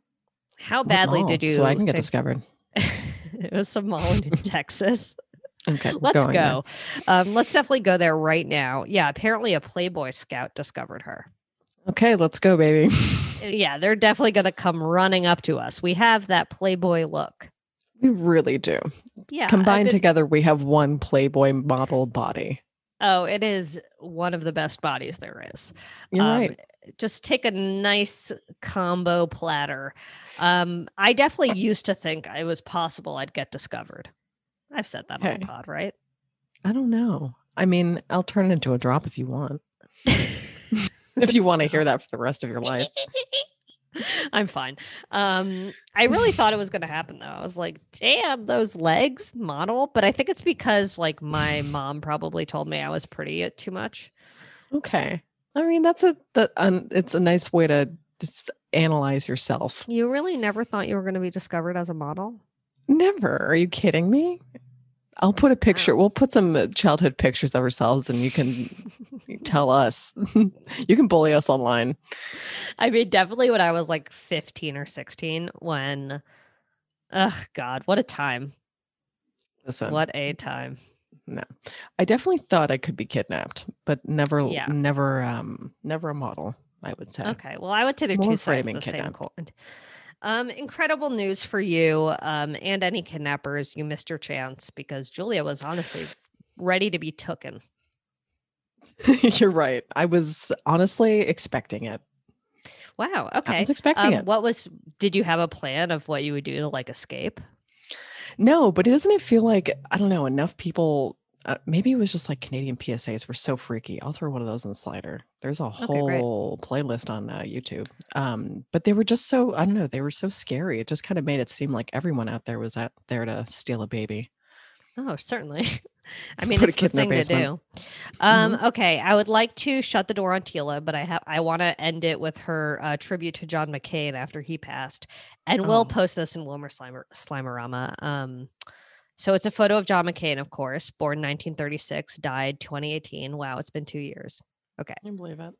How What badly mall? did you? So I can get think- discovered. it was some mall in Texas. Okay, we're Let's going there. go. Um, let's definitely go there right now. Yeah, apparently a Playboy scout discovered her. Uh, Okay, let's go, baby. Yeah, they're definitely going to come running up to us. We have that Playboy look. We really do. Yeah, I've Combined been- together, we have one Playboy model body. Oh, it is one of the best bodies there is. You're Um, right. Just take a nice combo platter. Um, I definitely used to think it was possible I'd get discovered. I've said that on Okay. the pod, right? I don't know. I mean, I'll turn it into a drop if you want. if you want to hear that for the rest of your life. I'm fine. Um, I really thought it was going to happen though. I was like, damn, those legs model. But I think it's because like my mom probably told me I was pretty uh, too much. Okay. I mean, that's a that um, it's a nice way to just analyze yourself. You really never thought you were going to be discovered as a model? Never. Are you kidding me? I'll put a picture. We'll put some uh, childhood pictures of ourselves and you can tell us. you can bully us online. I mean, definitely when I was like 15 or 16, when, ugh, God, what a time. Listen, What a time. I definitely thought I could be kidnapped, but never, Yeah. never, um, never a model, I would say. Okay. Well, I would say they're More two afraid of sides being of the same kidnapped. coin. Um, incredible news for you um, and any kidnappers. You missed your chance because Julia was honestly ready to be taken. You're right. I was honestly expecting it. Wow. I Okay. was expecting Um, it. What was? Did you have a plan of what you would do to like escape? No, but doesn't it feel like I don't know enough people uh, maybe it was just like Canadian PSAs were so freaky. I'll throw one of those in the slider. There's a great. whole playlist on uh, YouTube. Um, but they were just so I don't know. They were so scary. It just kind of made it seem like everyone out there was out there to steal a baby. Oh, certainly. I mean, Put a it's the kid in Mm-hmm. their thing to do. basement. Um, Okay, I would like to shut the door on Tila, but I have I want to end it with her uh, tribute to John McCain after he passed, and Oh. we'll post this in Wilmer Slimer Slimerama. Um, so it's a photo of John McCain, of course, born 1936, died 2018. Wow, it's been two years. I believe it.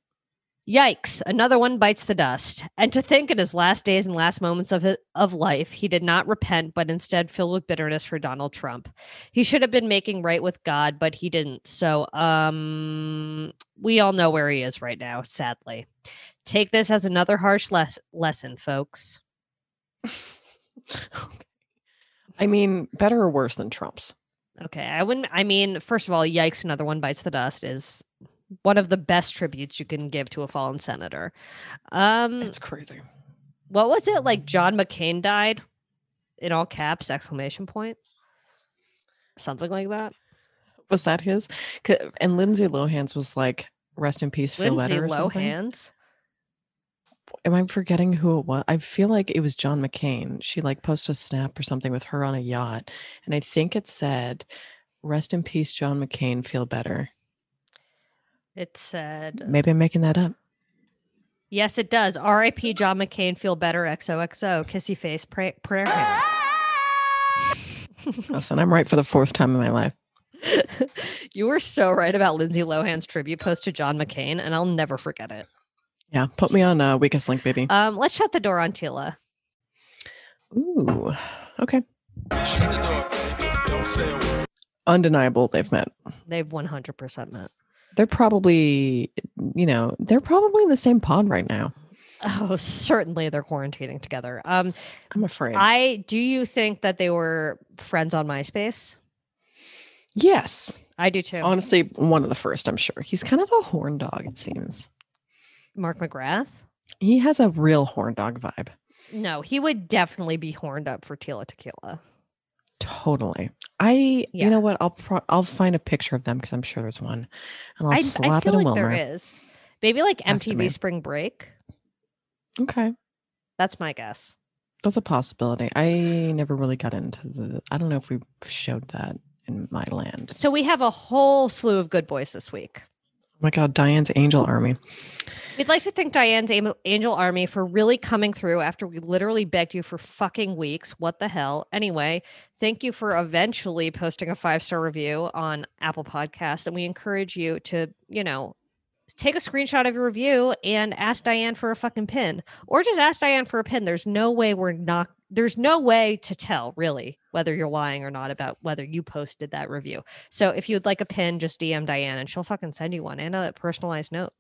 Yikes, another one bites the dust. And to think in his last days and last moments of, his, of life, he did not repent, but instead filled with bitterness for Donald Trump. He should have been making right with God, but he didn't. So, um, we all know where he is right now, sadly. Take this as another harsh les- lesson, folks. Okay. I mean, better or worse than Trump's. Okay, I wouldn't, I mean, first of all, yikes, another one bites the dust is one of the best tributes you can give to a fallen senator. Um, It's Mm-hmm. crazy. what was it like john mccain died in all caps exclamation point something like that Was that his? 'Ca- And Lindsay Lohan's was like, "Rest in peace, Phil lindsay Letter." Or something. lohan's am I forgetting who it was? I feel like it was John McCain. She like posted a snap or something with her on a yacht, and I think it said, "Rest in peace, John McCain. Feel better." it said Maybe I'm making that up. yes it does rip john mccain feel better xoxo kissy face pray- prayer hands Listen, I'm right for the fourth time in my life. you were so right about lindsay lohan's tribute post to john mccain and i'll never forget it Yeah, put me on uh, weakest link, baby. um let's shut the door on tila Ooh, okay. Shut the door, baby. Don't say a word. Undeniable, they've met. they've 100% met They're probably, you know, they're probably in the same pod right now. oh certainly they're quarantining together um I'm afraid. I do you think that they were friends on MySpace? yes, I do too. honestly, one of the first, I'm sure. He's kind of a horn dog, it seems. Mark McGrath? He has a real horn dog vibe. No, he would definitely be horned up for Tila Tequila. Totally. I, Yeah. you know what? I'll pro- I'll find a picture of them because I'm sure there's one, and I'll I, I slap feel it in like Wilmer. there is. Maybe like Has to MTV be. Spring Break. Okay, That's my guess. that's a possibility. I never really got into the. I don't know if we showed that in my land. So we have a whole slew of good boys this week. Oh my God, Diane's Angel Army. We'd like to thank Diane's Am- Angel Army for really coming through after we literally begged you for fucking weeks. What the hell? Anyway, thank you for eventually posting a five star review on Apple Podcasts. And we encourage you to, you know, take a screenshot of your review and ask Diane for a fucking pin or just ask Diane for a pin. There's no way we're not, there's no way to tell really whether you're lying or not about whether you posted that review. So if you'd like a pin, just DM Diane and she'll fucking send you one and a personalized note.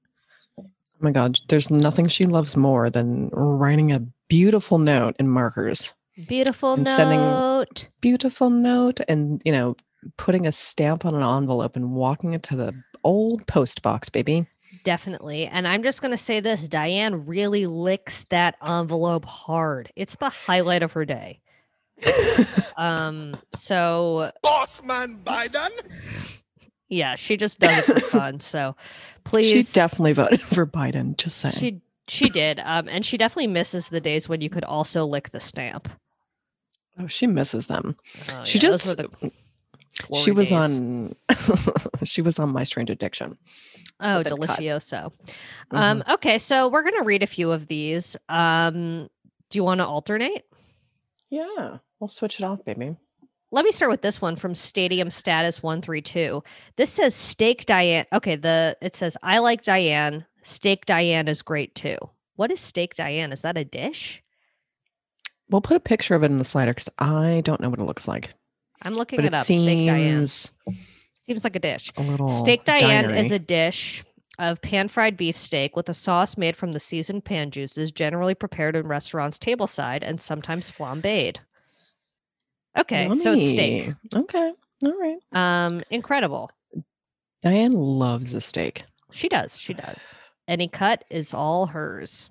Oh my God, there's nothing she loves more than writing a beautiful note in markers. Beautiful and note. sending- Beautiful note, and you know, putting a stamp on an envelope and walking it to the old post box, baby. Definitely. And I'm just going to say this Diane really licks that envelope hard. It's the highlight of her day. um, so Boss man Biden. yeah, she just does it for fun. So She please. definitely voted for Biden. Just saying. she, she did. Um, and she definitely misses the days when you could also lick the stamp. oh, she misses them. Oh, she yeah, those just were the glory she was days. on she was on my strange addiction Oh, then cut. Mm-hmm. delicioso. Um, okay, so we're gonna read a few of these. Um, do you want to alternate? yeah we'll switch it off baby let me start with this one from Stadium Status 132. This says Steak Diane. Okay, the it says I like Diane. Steak Diane is great too. What is Steak Diane? Is that a dish? we'll put a picture of it in the slider because i don't know what it looks like I'm looking but it, it up. Steak Diane seems Oh, seems like a dish. a little Steak Diane is dinery. a dish of pan fried beef steak with a sauce made from the seasoned pan juices, generally prepared in restaurants tableside and sometimes flambéed. Okay, so it's steak. Yummy. okay all right Um, incredible. diane loves a steak She does. She does. Any cut is all hers.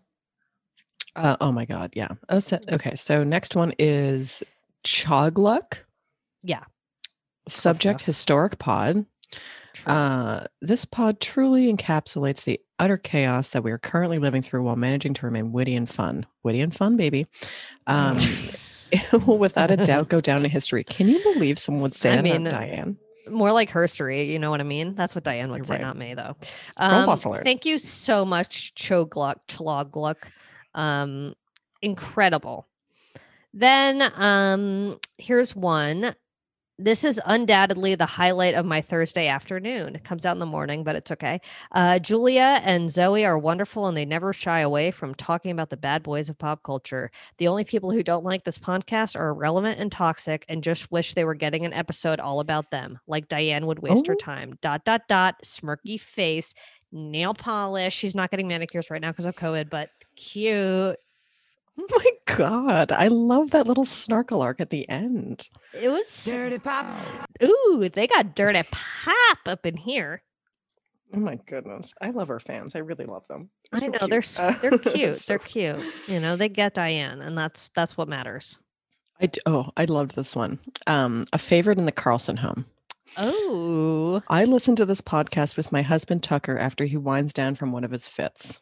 uh, oh my god yeah Mm-hmm. oh, so, okay so next one is chogluck Yeah. Subject historic pod. Uh, this pod truly encapsulates the utter chaos that we are currently living through while managing to remain witty and fun. Witty and fun, baby. Mm. Um, it will without a doubt go down in history. Can you believe someone would say I that about mean, Diane? more like herstory, you know what I mean? That's what Diane would You're say, right. not me though. Um, boss alert. thank you so much, Chogluck, Chlogluck. Um, incredible. Then um, here's one. This is undoubtedly the highlight of my Thursday afternoon. It comes out in the morning, but it's okay. Uh, Julia and Zoe are wonderful, and they never shy away from talking about the bad boys of pop culture. The only people who don't like this podcast are irrelevant and toxic and just wish they were getting an episode all about them, like Diane would waste her Oh. time. Dot, dot, dot, smirky face, nail polish. She's not getting manicures right now because of COVID, but cute. Oh my god, I love that little snarkle arc at the end. It was dirty pop. Ooh, they got dirty pop up in here. Oh my goodness, I love our fans. I really love them. I know they're s- they're cute. they're cute. You know, they get Diane, and that's that's what matters. I d- oh, I loved this one. Um, a favorite in the Carlson home. Oh, I listen to this podcast with my husband Tucker after he winds down from one of his fits.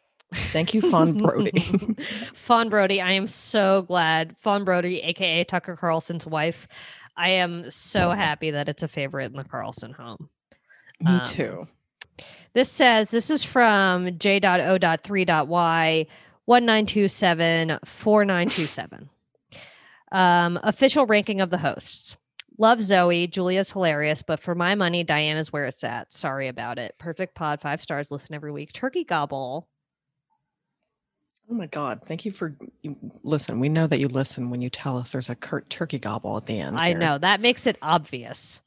Thank you, Fawn Brody. Fawn Brody, I am so glad. Fawn Brody, aka Tucker Carlson's wife. I am so happy that it's a favorite in the Carlson home. Me Um, too. This says this is from J.O.3.Y 1927 4927. Um, official ranking of the hosts. Love Zoe. Julia's hilarious, but for my money, Diana's where it's at. Sorry about it. Perfect pod, five stars, listen every week. Turkey gobble. Oh my God. Thank you for you, listen. We know that you listen when you tell us there's a curt turkey gobble at the end. I here. know that makes it obvious.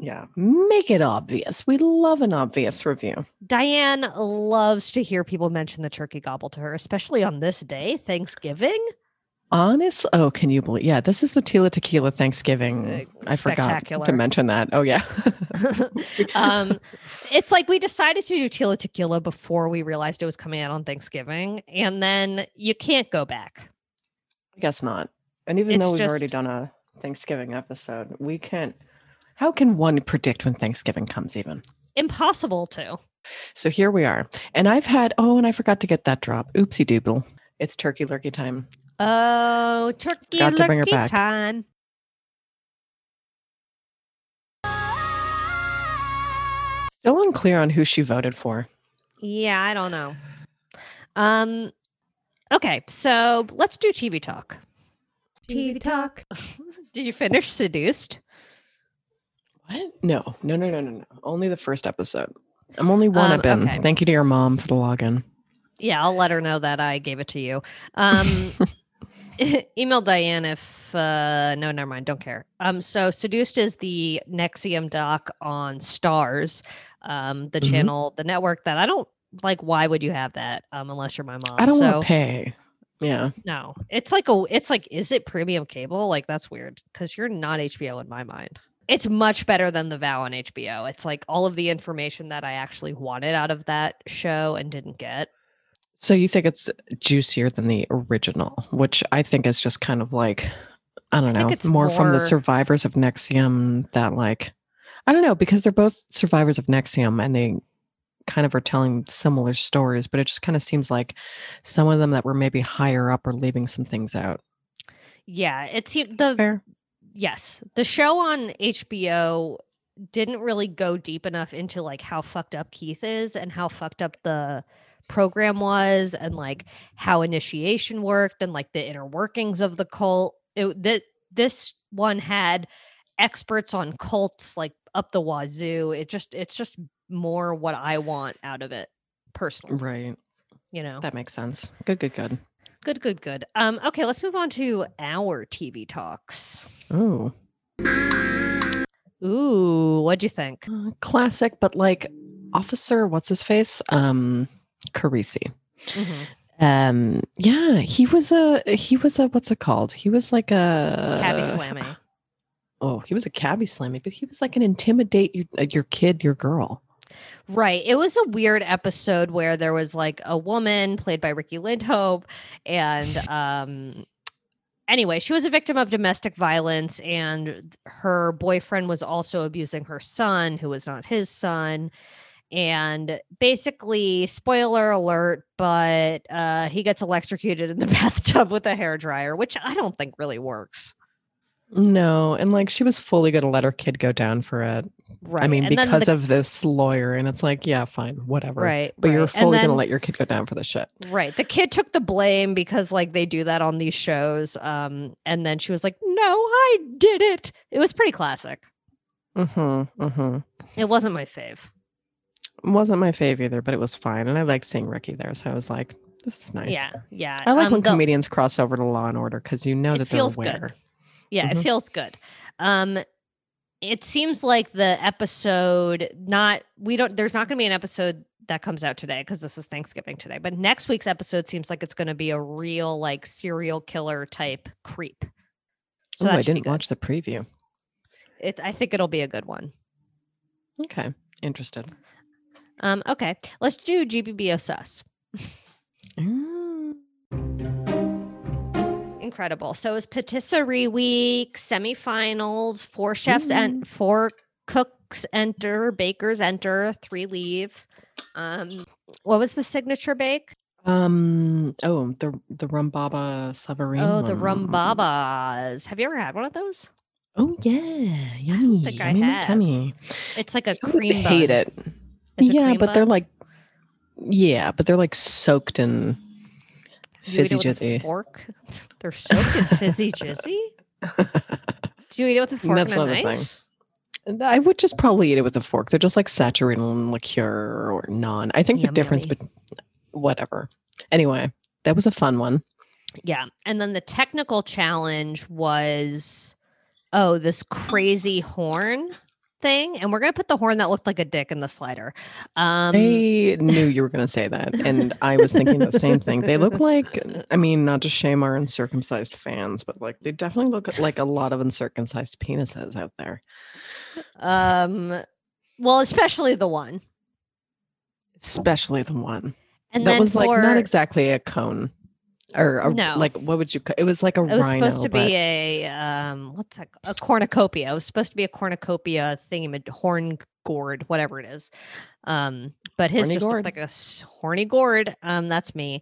Yeah. Make it obvious. We love an obvious review. Diane loves to hear people mention the turkey gobble to her, especially on this day, Thanksgiving. Honest. Oh, can you believe? Yeah. This is the Tila Tequila Uh, Thanksgiving. I forgot spectacular. to mention that. Oh, yeah. um, it's like we decided to do Tila Tequila before we realized it was coming out on Thanksgiving, and then you can't go back. I guess not. And even though It's we've already just- done a Thanksgiving episode, we can't. How can one predict when Thanksgiving comes, even? Impossible to. So here we are. And I've had, oh, and I forgot to get that drop. Oopsie doodle. It's turkey lurkey time. Oh, turkey Forgot to bring her lurkey back. time. Still unclear on who she voted for. Yeah, I don't know. Um, okay, so let's do TV talk. TV talk. Did you finish Seduced? What? No, no, no, no, no, no. Only the first episode. I'm only one Um, up in. okay. Thank you to your mom for the login. Yeah, I'll let her know that I gave it to you. Um, email Diane if uh, no, never mind. Don't care. Um, so Seduced is the Nexium doc on Stars, um, the Mhm. channel, the network that I don't like. Why would you have that? Um, unless you're my mom. I don't so want to pay. Yeah. no, it's like a, it's like, is it premium cable? Like that's weird because you're not HBO in my mind. It's much better than the Vow on HBO. It's like all of the information that I actually wanted out of that show and didn't get. So you think it's juicier than the original, which I think is just kind of like, I don't I think know, it's more, from more- the survivors of Nexium that like, I don't know, because they're both survivors of Nexium and they kind of are telling similar stories, but it just kind of seems like some of them that were maybe higher up are leaving some things out. Yeah, it's the Fair. yes the show on hbo didn't really go deep enough into like how fucked up keith is and how fucked up the program was and like how initiation worked and like the inner workings of the cult it, that this one had experts on cults like up the wazoo it just it's just more what i want out of it personally Right. you know That makes sense. Good, good, good. good good good um okay let's move on to our tv talks Oh, ooh what'd you think uh, classic, but like Officer, what's his face? Um, Carisi. Mhm. Um. Yeah, he was a he was a what's it called? He was like a Cabby slammy. Oh, he was a cabbie slammy, but he was like an intimidate your, uh, your kid, your girl. Right. It was a weird episode where there was like a woman played by Ricky Lindhope and um anyway, she was a victim of domestic violence, and her boyfriend was also abusing her son, who was not his son. And basically, spoiler alert, but uh, he gets electrocuted in the bathtub with a hairdryer, which I don't think really works. No, and like she was fully going to let her kid go down for it. Right. I mean, And then because the- of this lawyer, and it's like, yeah, fine, whatever. Right, But you're right. And fully going to then- let your kid go down for this shit. Right. The kid took the blame because like they do that on these shows. Um, and then she was like, No, I did it. It was pretty classic. Mm-hmm. Mm-hmm. It wasn't my fave. Wasn't my fave either, but it was fine, and I liked seeing Ricky there, so I was like, this is nice. Yeah. Yeah. I like Um, when the- comedians cross over to Law and Order because you know It that they're feels good. aware. Yeah, Mhm. it feels good. Um it seems like the episode not we don't there's not going to be an episode that comes out today because this is Thanksgiving today. But next week's episode seems like it's going to be a real like serial killer type creep. So Ooh, that I should be didn't good. watch the preview. it I think it'll be a good one. Okay, interested. Um okay. Let's do GBBO sus. Mm. Incredible. So it was patisserie week, semifinals, four chefs and four cooks enter, bakers enter, three leave. Um, what was the signature bake? Um. Oh, the the rum baba Savarine. Oh, the rum babas. Have you ever had one of those? Oh yeah, yummy. think I yummy, have. tummy. It's like a I would cream bun. hate it. It's a yeah, cream but they're bun? like, yeah, but they're like soaked in You eat fizzy it with a jizzy. fork. They're soaked in fizzy jizzy. Do you eat it with a fork That's and not a a knife? thing. And I would just probably eat it with a fork. They're just like saturated in liqueur or non. I think the Yum, difference, yummy. but whatever. Anyway, that was a fun one. Yeah. And then the technical challenge was oh, this crazy horn thing. And we're gonna put the horn that looked like a dick in the slider. Um I knew you were going to say that, and I was thinking the same thing. They look like, I mean, not to shame our uncircumcised fans, but like they definitely look like a lot of uncircumcised penises out there. um well, especially the one. especially the one And that then was for, like not exactly a cone or a, No. like what would you ca- it was like a it was rhino supposed to be a um what's that a cornucopia. It was supposed to be a cornucopia thingy horn gourd, whatever it is. Um but his Horny just gourd. looked like a s- horny gourd. Um that's me.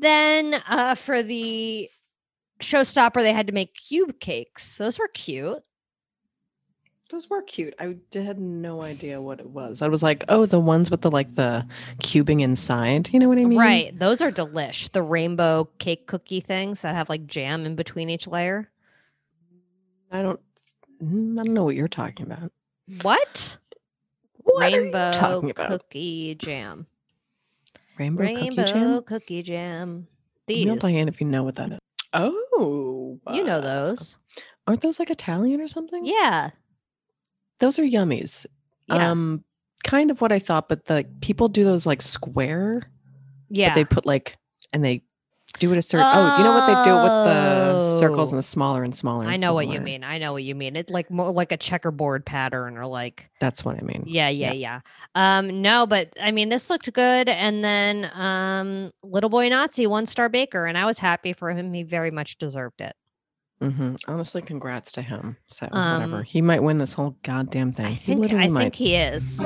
Then uh for the showstopper they had to make cube cakes. Those were cute. but those were cute i d- had no idea what it was i was like oh the ones with the like the cubing inside you know what i mean Right. Those are delish. The rainbow cake cookie things that have like jam in between each layer. i don't mm, i don't know what you're talking about What? What are you rainbow talking about? cookie jam. rainbow, Rainbow cookie jam cookie jam. These. Real Diane, if you know what that is oh You know uh, those. aren't those like italian or something Yeah. those are yummies Yeah. um kind of what i thought but the people do those like square yeah. but they put like and they do it a certain oh you know what they do it with the circles Oh. and the smaller and smaller and I know what you smaller. mean. I know what you mean. It's like more like a checkerboard pattern or like that's what i mean yeah, yeah, yeah. Um no, but I mean this looked good and then um little boy Nazi one star baker and I was happy for him. He very much deserved it. hmm honestly congrats to him so whatever Um, he might win this whole goddamn thing he I think literally I might think he is.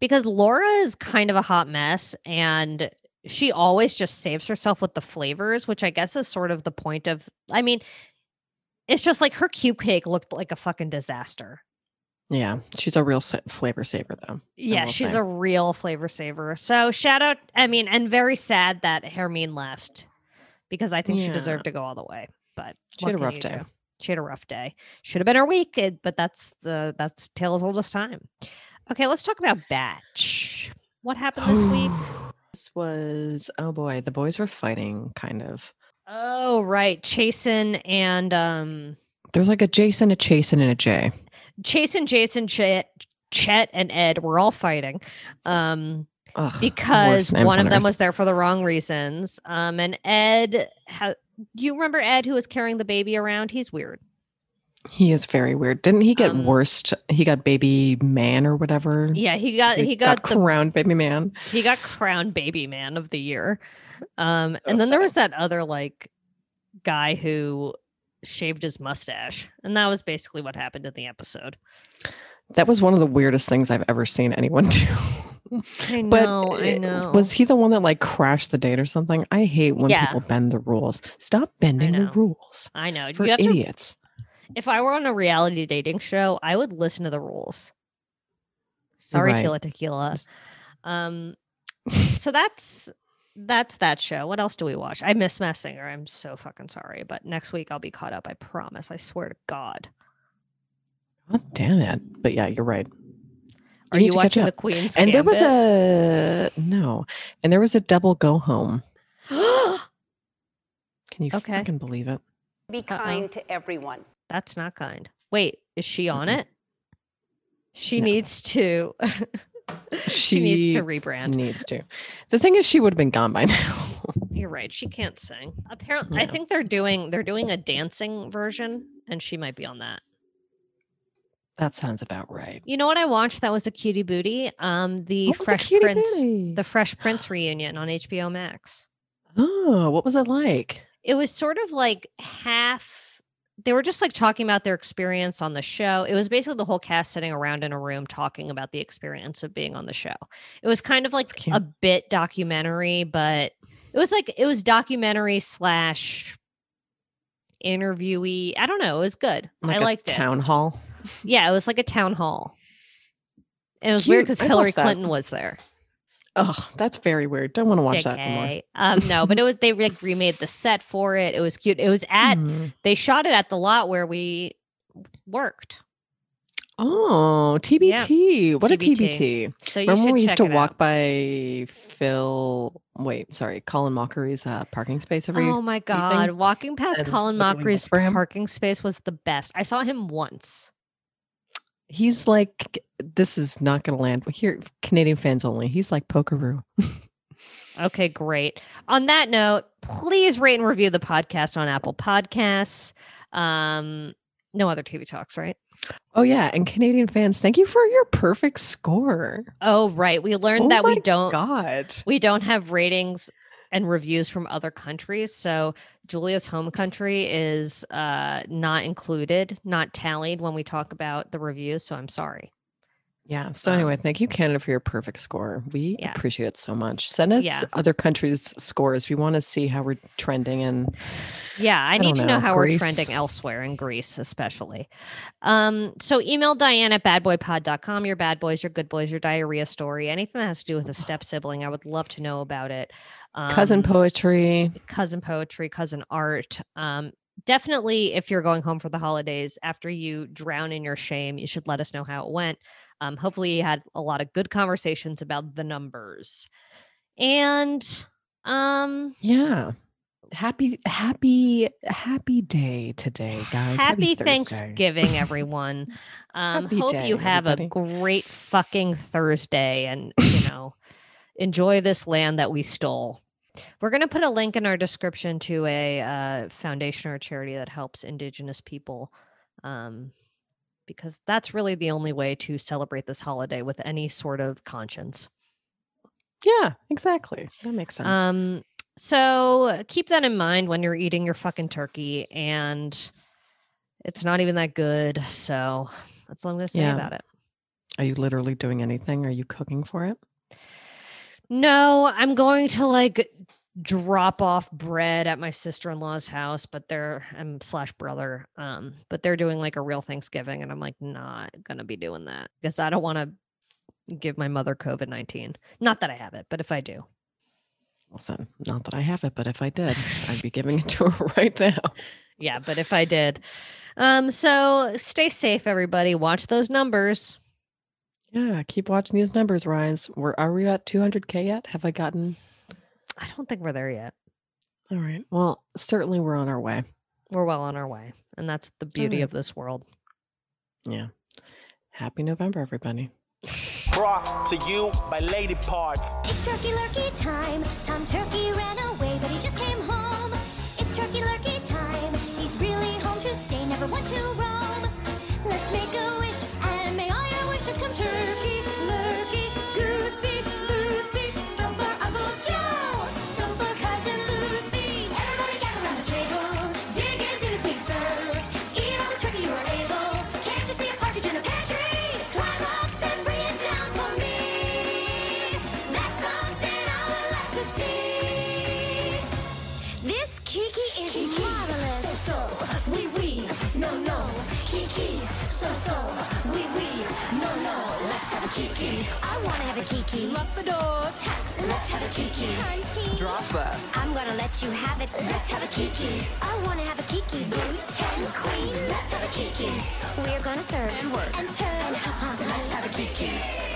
Because Laura is kind of a hot mess and she always just saves herself with the flavors, which I guess is sort of the point of I mean, it's just like her cube cake looked like a fucking disaster. yeah she's a real sa- flavor saver though Yeah, will she's say. a real flavor saver. So shout out, I mean, and very sad that Hermine left because I think she Yeah. deserved to go all the way. But She what had a can rough you day. do? She had a rough day. Should have been her week, eh, but that's the that's tale as old as time. Okay, let's talk about batch. What happened this week? this was oh boy the boys were fighting kind of Oh, right, Chasen and um, there's like a jason a jason and a jay Chasen, Jason, Chet, Chet, and Ed were all fighting. Um, Ugh, worst because names one on of them earth. was there for the wrong reasons. Um, and Ed, ha- do you remember Ed who was carrying the baby around? He's weird. he is very weird didn't he get Um, worst he got baby man or whatever Yeah, he got Mm-hmm. he got, the crowned baby man Oh, he got crowned baby man of the year. Um, and then there was that other like guy who shaved his mustache. And that was basically what happened in the episode. That was one of the weirdest things I've ever seen anyone do. I But know, I it- know. was he the one that like crashed the date or something? I hate when Yeah. people bend the rules. Stop bending the know. rules I know. for you have to, idiots. if I were on a reality dating show, I would listen to the rules. Sorry, right. Tila Tequila. Just- Um, so that's that's that show. What else do we watch? I miss Messinger. I'm so fucking sorry, but next week I'll be caught up. I promise. I swear to God. God damn it! But yeah, you're right. Are need you to catch watching the up. Queen's? and there was Gambit? a no, and there was a double go home. Can you Okay. fucking believe it? Be Uh-oh. kind to everyone. That's not kind. Wait, is she on Mm-mm. it? She No. needs to. she, needs to She rebrand. Needs to. The thing is, she would have been gone by now. You're right. She can't sing. Apparently, I No. think they're doing they're doing a dancing version, and she might be on that. that sounds about right. You know what I watched? That was a cutie booty. Um, the What was a Fresh cutie Prince, patty? the Fresh Prince reunion on HBO Max. oh, what was it like? It was sort of like half. They were just like talking about their experience on the show. It was basically the whole cast sitting around in a room talking about the experience of being on the show. It was kind of like cute. a bit documentary, but it was like it was documentary slash interviewee. I don't know. It was good. Like I liked a it. Town hall. Yeah, it was like a town hall. And it was weird Cute. because I'd Hillary watch that. Clinton was there. Oh, that's very weird. Don't want to watch that anymore. JK. Um, no, but it was they like remade the set for it. It was cute. It was at Hmm. they shot it at the lot where we worked. Oh, TBT. What TBT. a TBT. So you Remember should when we used check to it walk out. by Phil, wait, sorry, Colin Mockery's uh, parking space every Oh my god, walking past and Colin looking up Mockery's for him? parking space was the best. I saw him once. He's like, this is not going to land. Here, Canadian fans only. He's like Pokeroo. Okay, great. On that note, please rate and review the podcast on Apple Podcasts. Um, no other TV talks, right? Oh, yeah. And Canadian fans, thank you for your perfect score. Oh, right. We learned Oh that we my don't God. we don't have ratings and reviews from other countries. So Julia's home country is uh, not included, not tallied when we talk about the reviews. So I'm sorry. Yeah. So, anyway, thank you, Canada, for your perfect score. We Um, yeah. appreciate it so much. Send us Yeah. other countries' scores. We want to see how we're trending and Yeah, I, I don't need to know know, how we're Greece. trending elsewhere in Greece, especially. Um, so email Diane at badboypod.com, your bad boys, your good boys, your diarrhea story, anything that has to do with a step sibling. I would love to know about it. cousin Um, poetry. cousin poetry, cousin art. Um, definitely, if you're going home for the holidays after you drown in your shame, you should let us know how it went. Um, hopefully, you had a lot of good conversations about the numbers. And um, Yeah. Happy, happy, happy day today, guys. happy Thursday. Thanksgiving, everyone. Um, Happy hope you day, have everybody. a great fucking Thursday and, you know, enjoy this land that we stole. We're going to put a link in our description to a uh, foundation or charity that helps Indigenous people um, because that's really the only way to celebrate this holiday with any sort of conscience. Yeah, exactly. That makes sense. Um, so keep that in mind when you're eating your fucking turkey, and it's not even that good. So that's all I'm gonna say Yeah. about it. Are you literally doing anything? Are you cooking for it? No, I'm going to like drop off bread at my sister-in-law's house, but they're um slash brother. Um, but they're doing like a real Thanksgiving, and I'm like not gonna be doing that because I don't want to give my mother COVID nineteen. Not that I have it, but if I do. Listen, not that I have it, but if I did, I'd be giving it to her right now. Yeah, but if I did. Um, so stay safe, everybody. Watch those numbers. Yeah, keep watching these numbers rise. We're are we at 200k yet? Have I gotten? I don't think we're there yet. All right. Well, certainly we're on our way. We're well on our way. And that's the beauty right. of this world. Yeah. Happy November, everybody. Brought to you by Lady Parts. It's turkey lurkey time. Tom Turkey ran away, but he just came home. It's turkey lurkey time. He's really home to stay, never want to roam. Let's make a wish, and may all your wishes come true. Turkey lurkey, goosey, loosey. Some for Uncle Joe, some for Cousin Lucy. Everybody gather around the table. kiki. Lock the doors. Ha, let's have a kiki. I'm tea. Dropper. I'm gonna let you have it. Let's have a kiki. I wanna have a kiki. Booze ten queen. Let's have a kiki. We're gonna serve and work and turn. And ha, ha, let's have a kiki.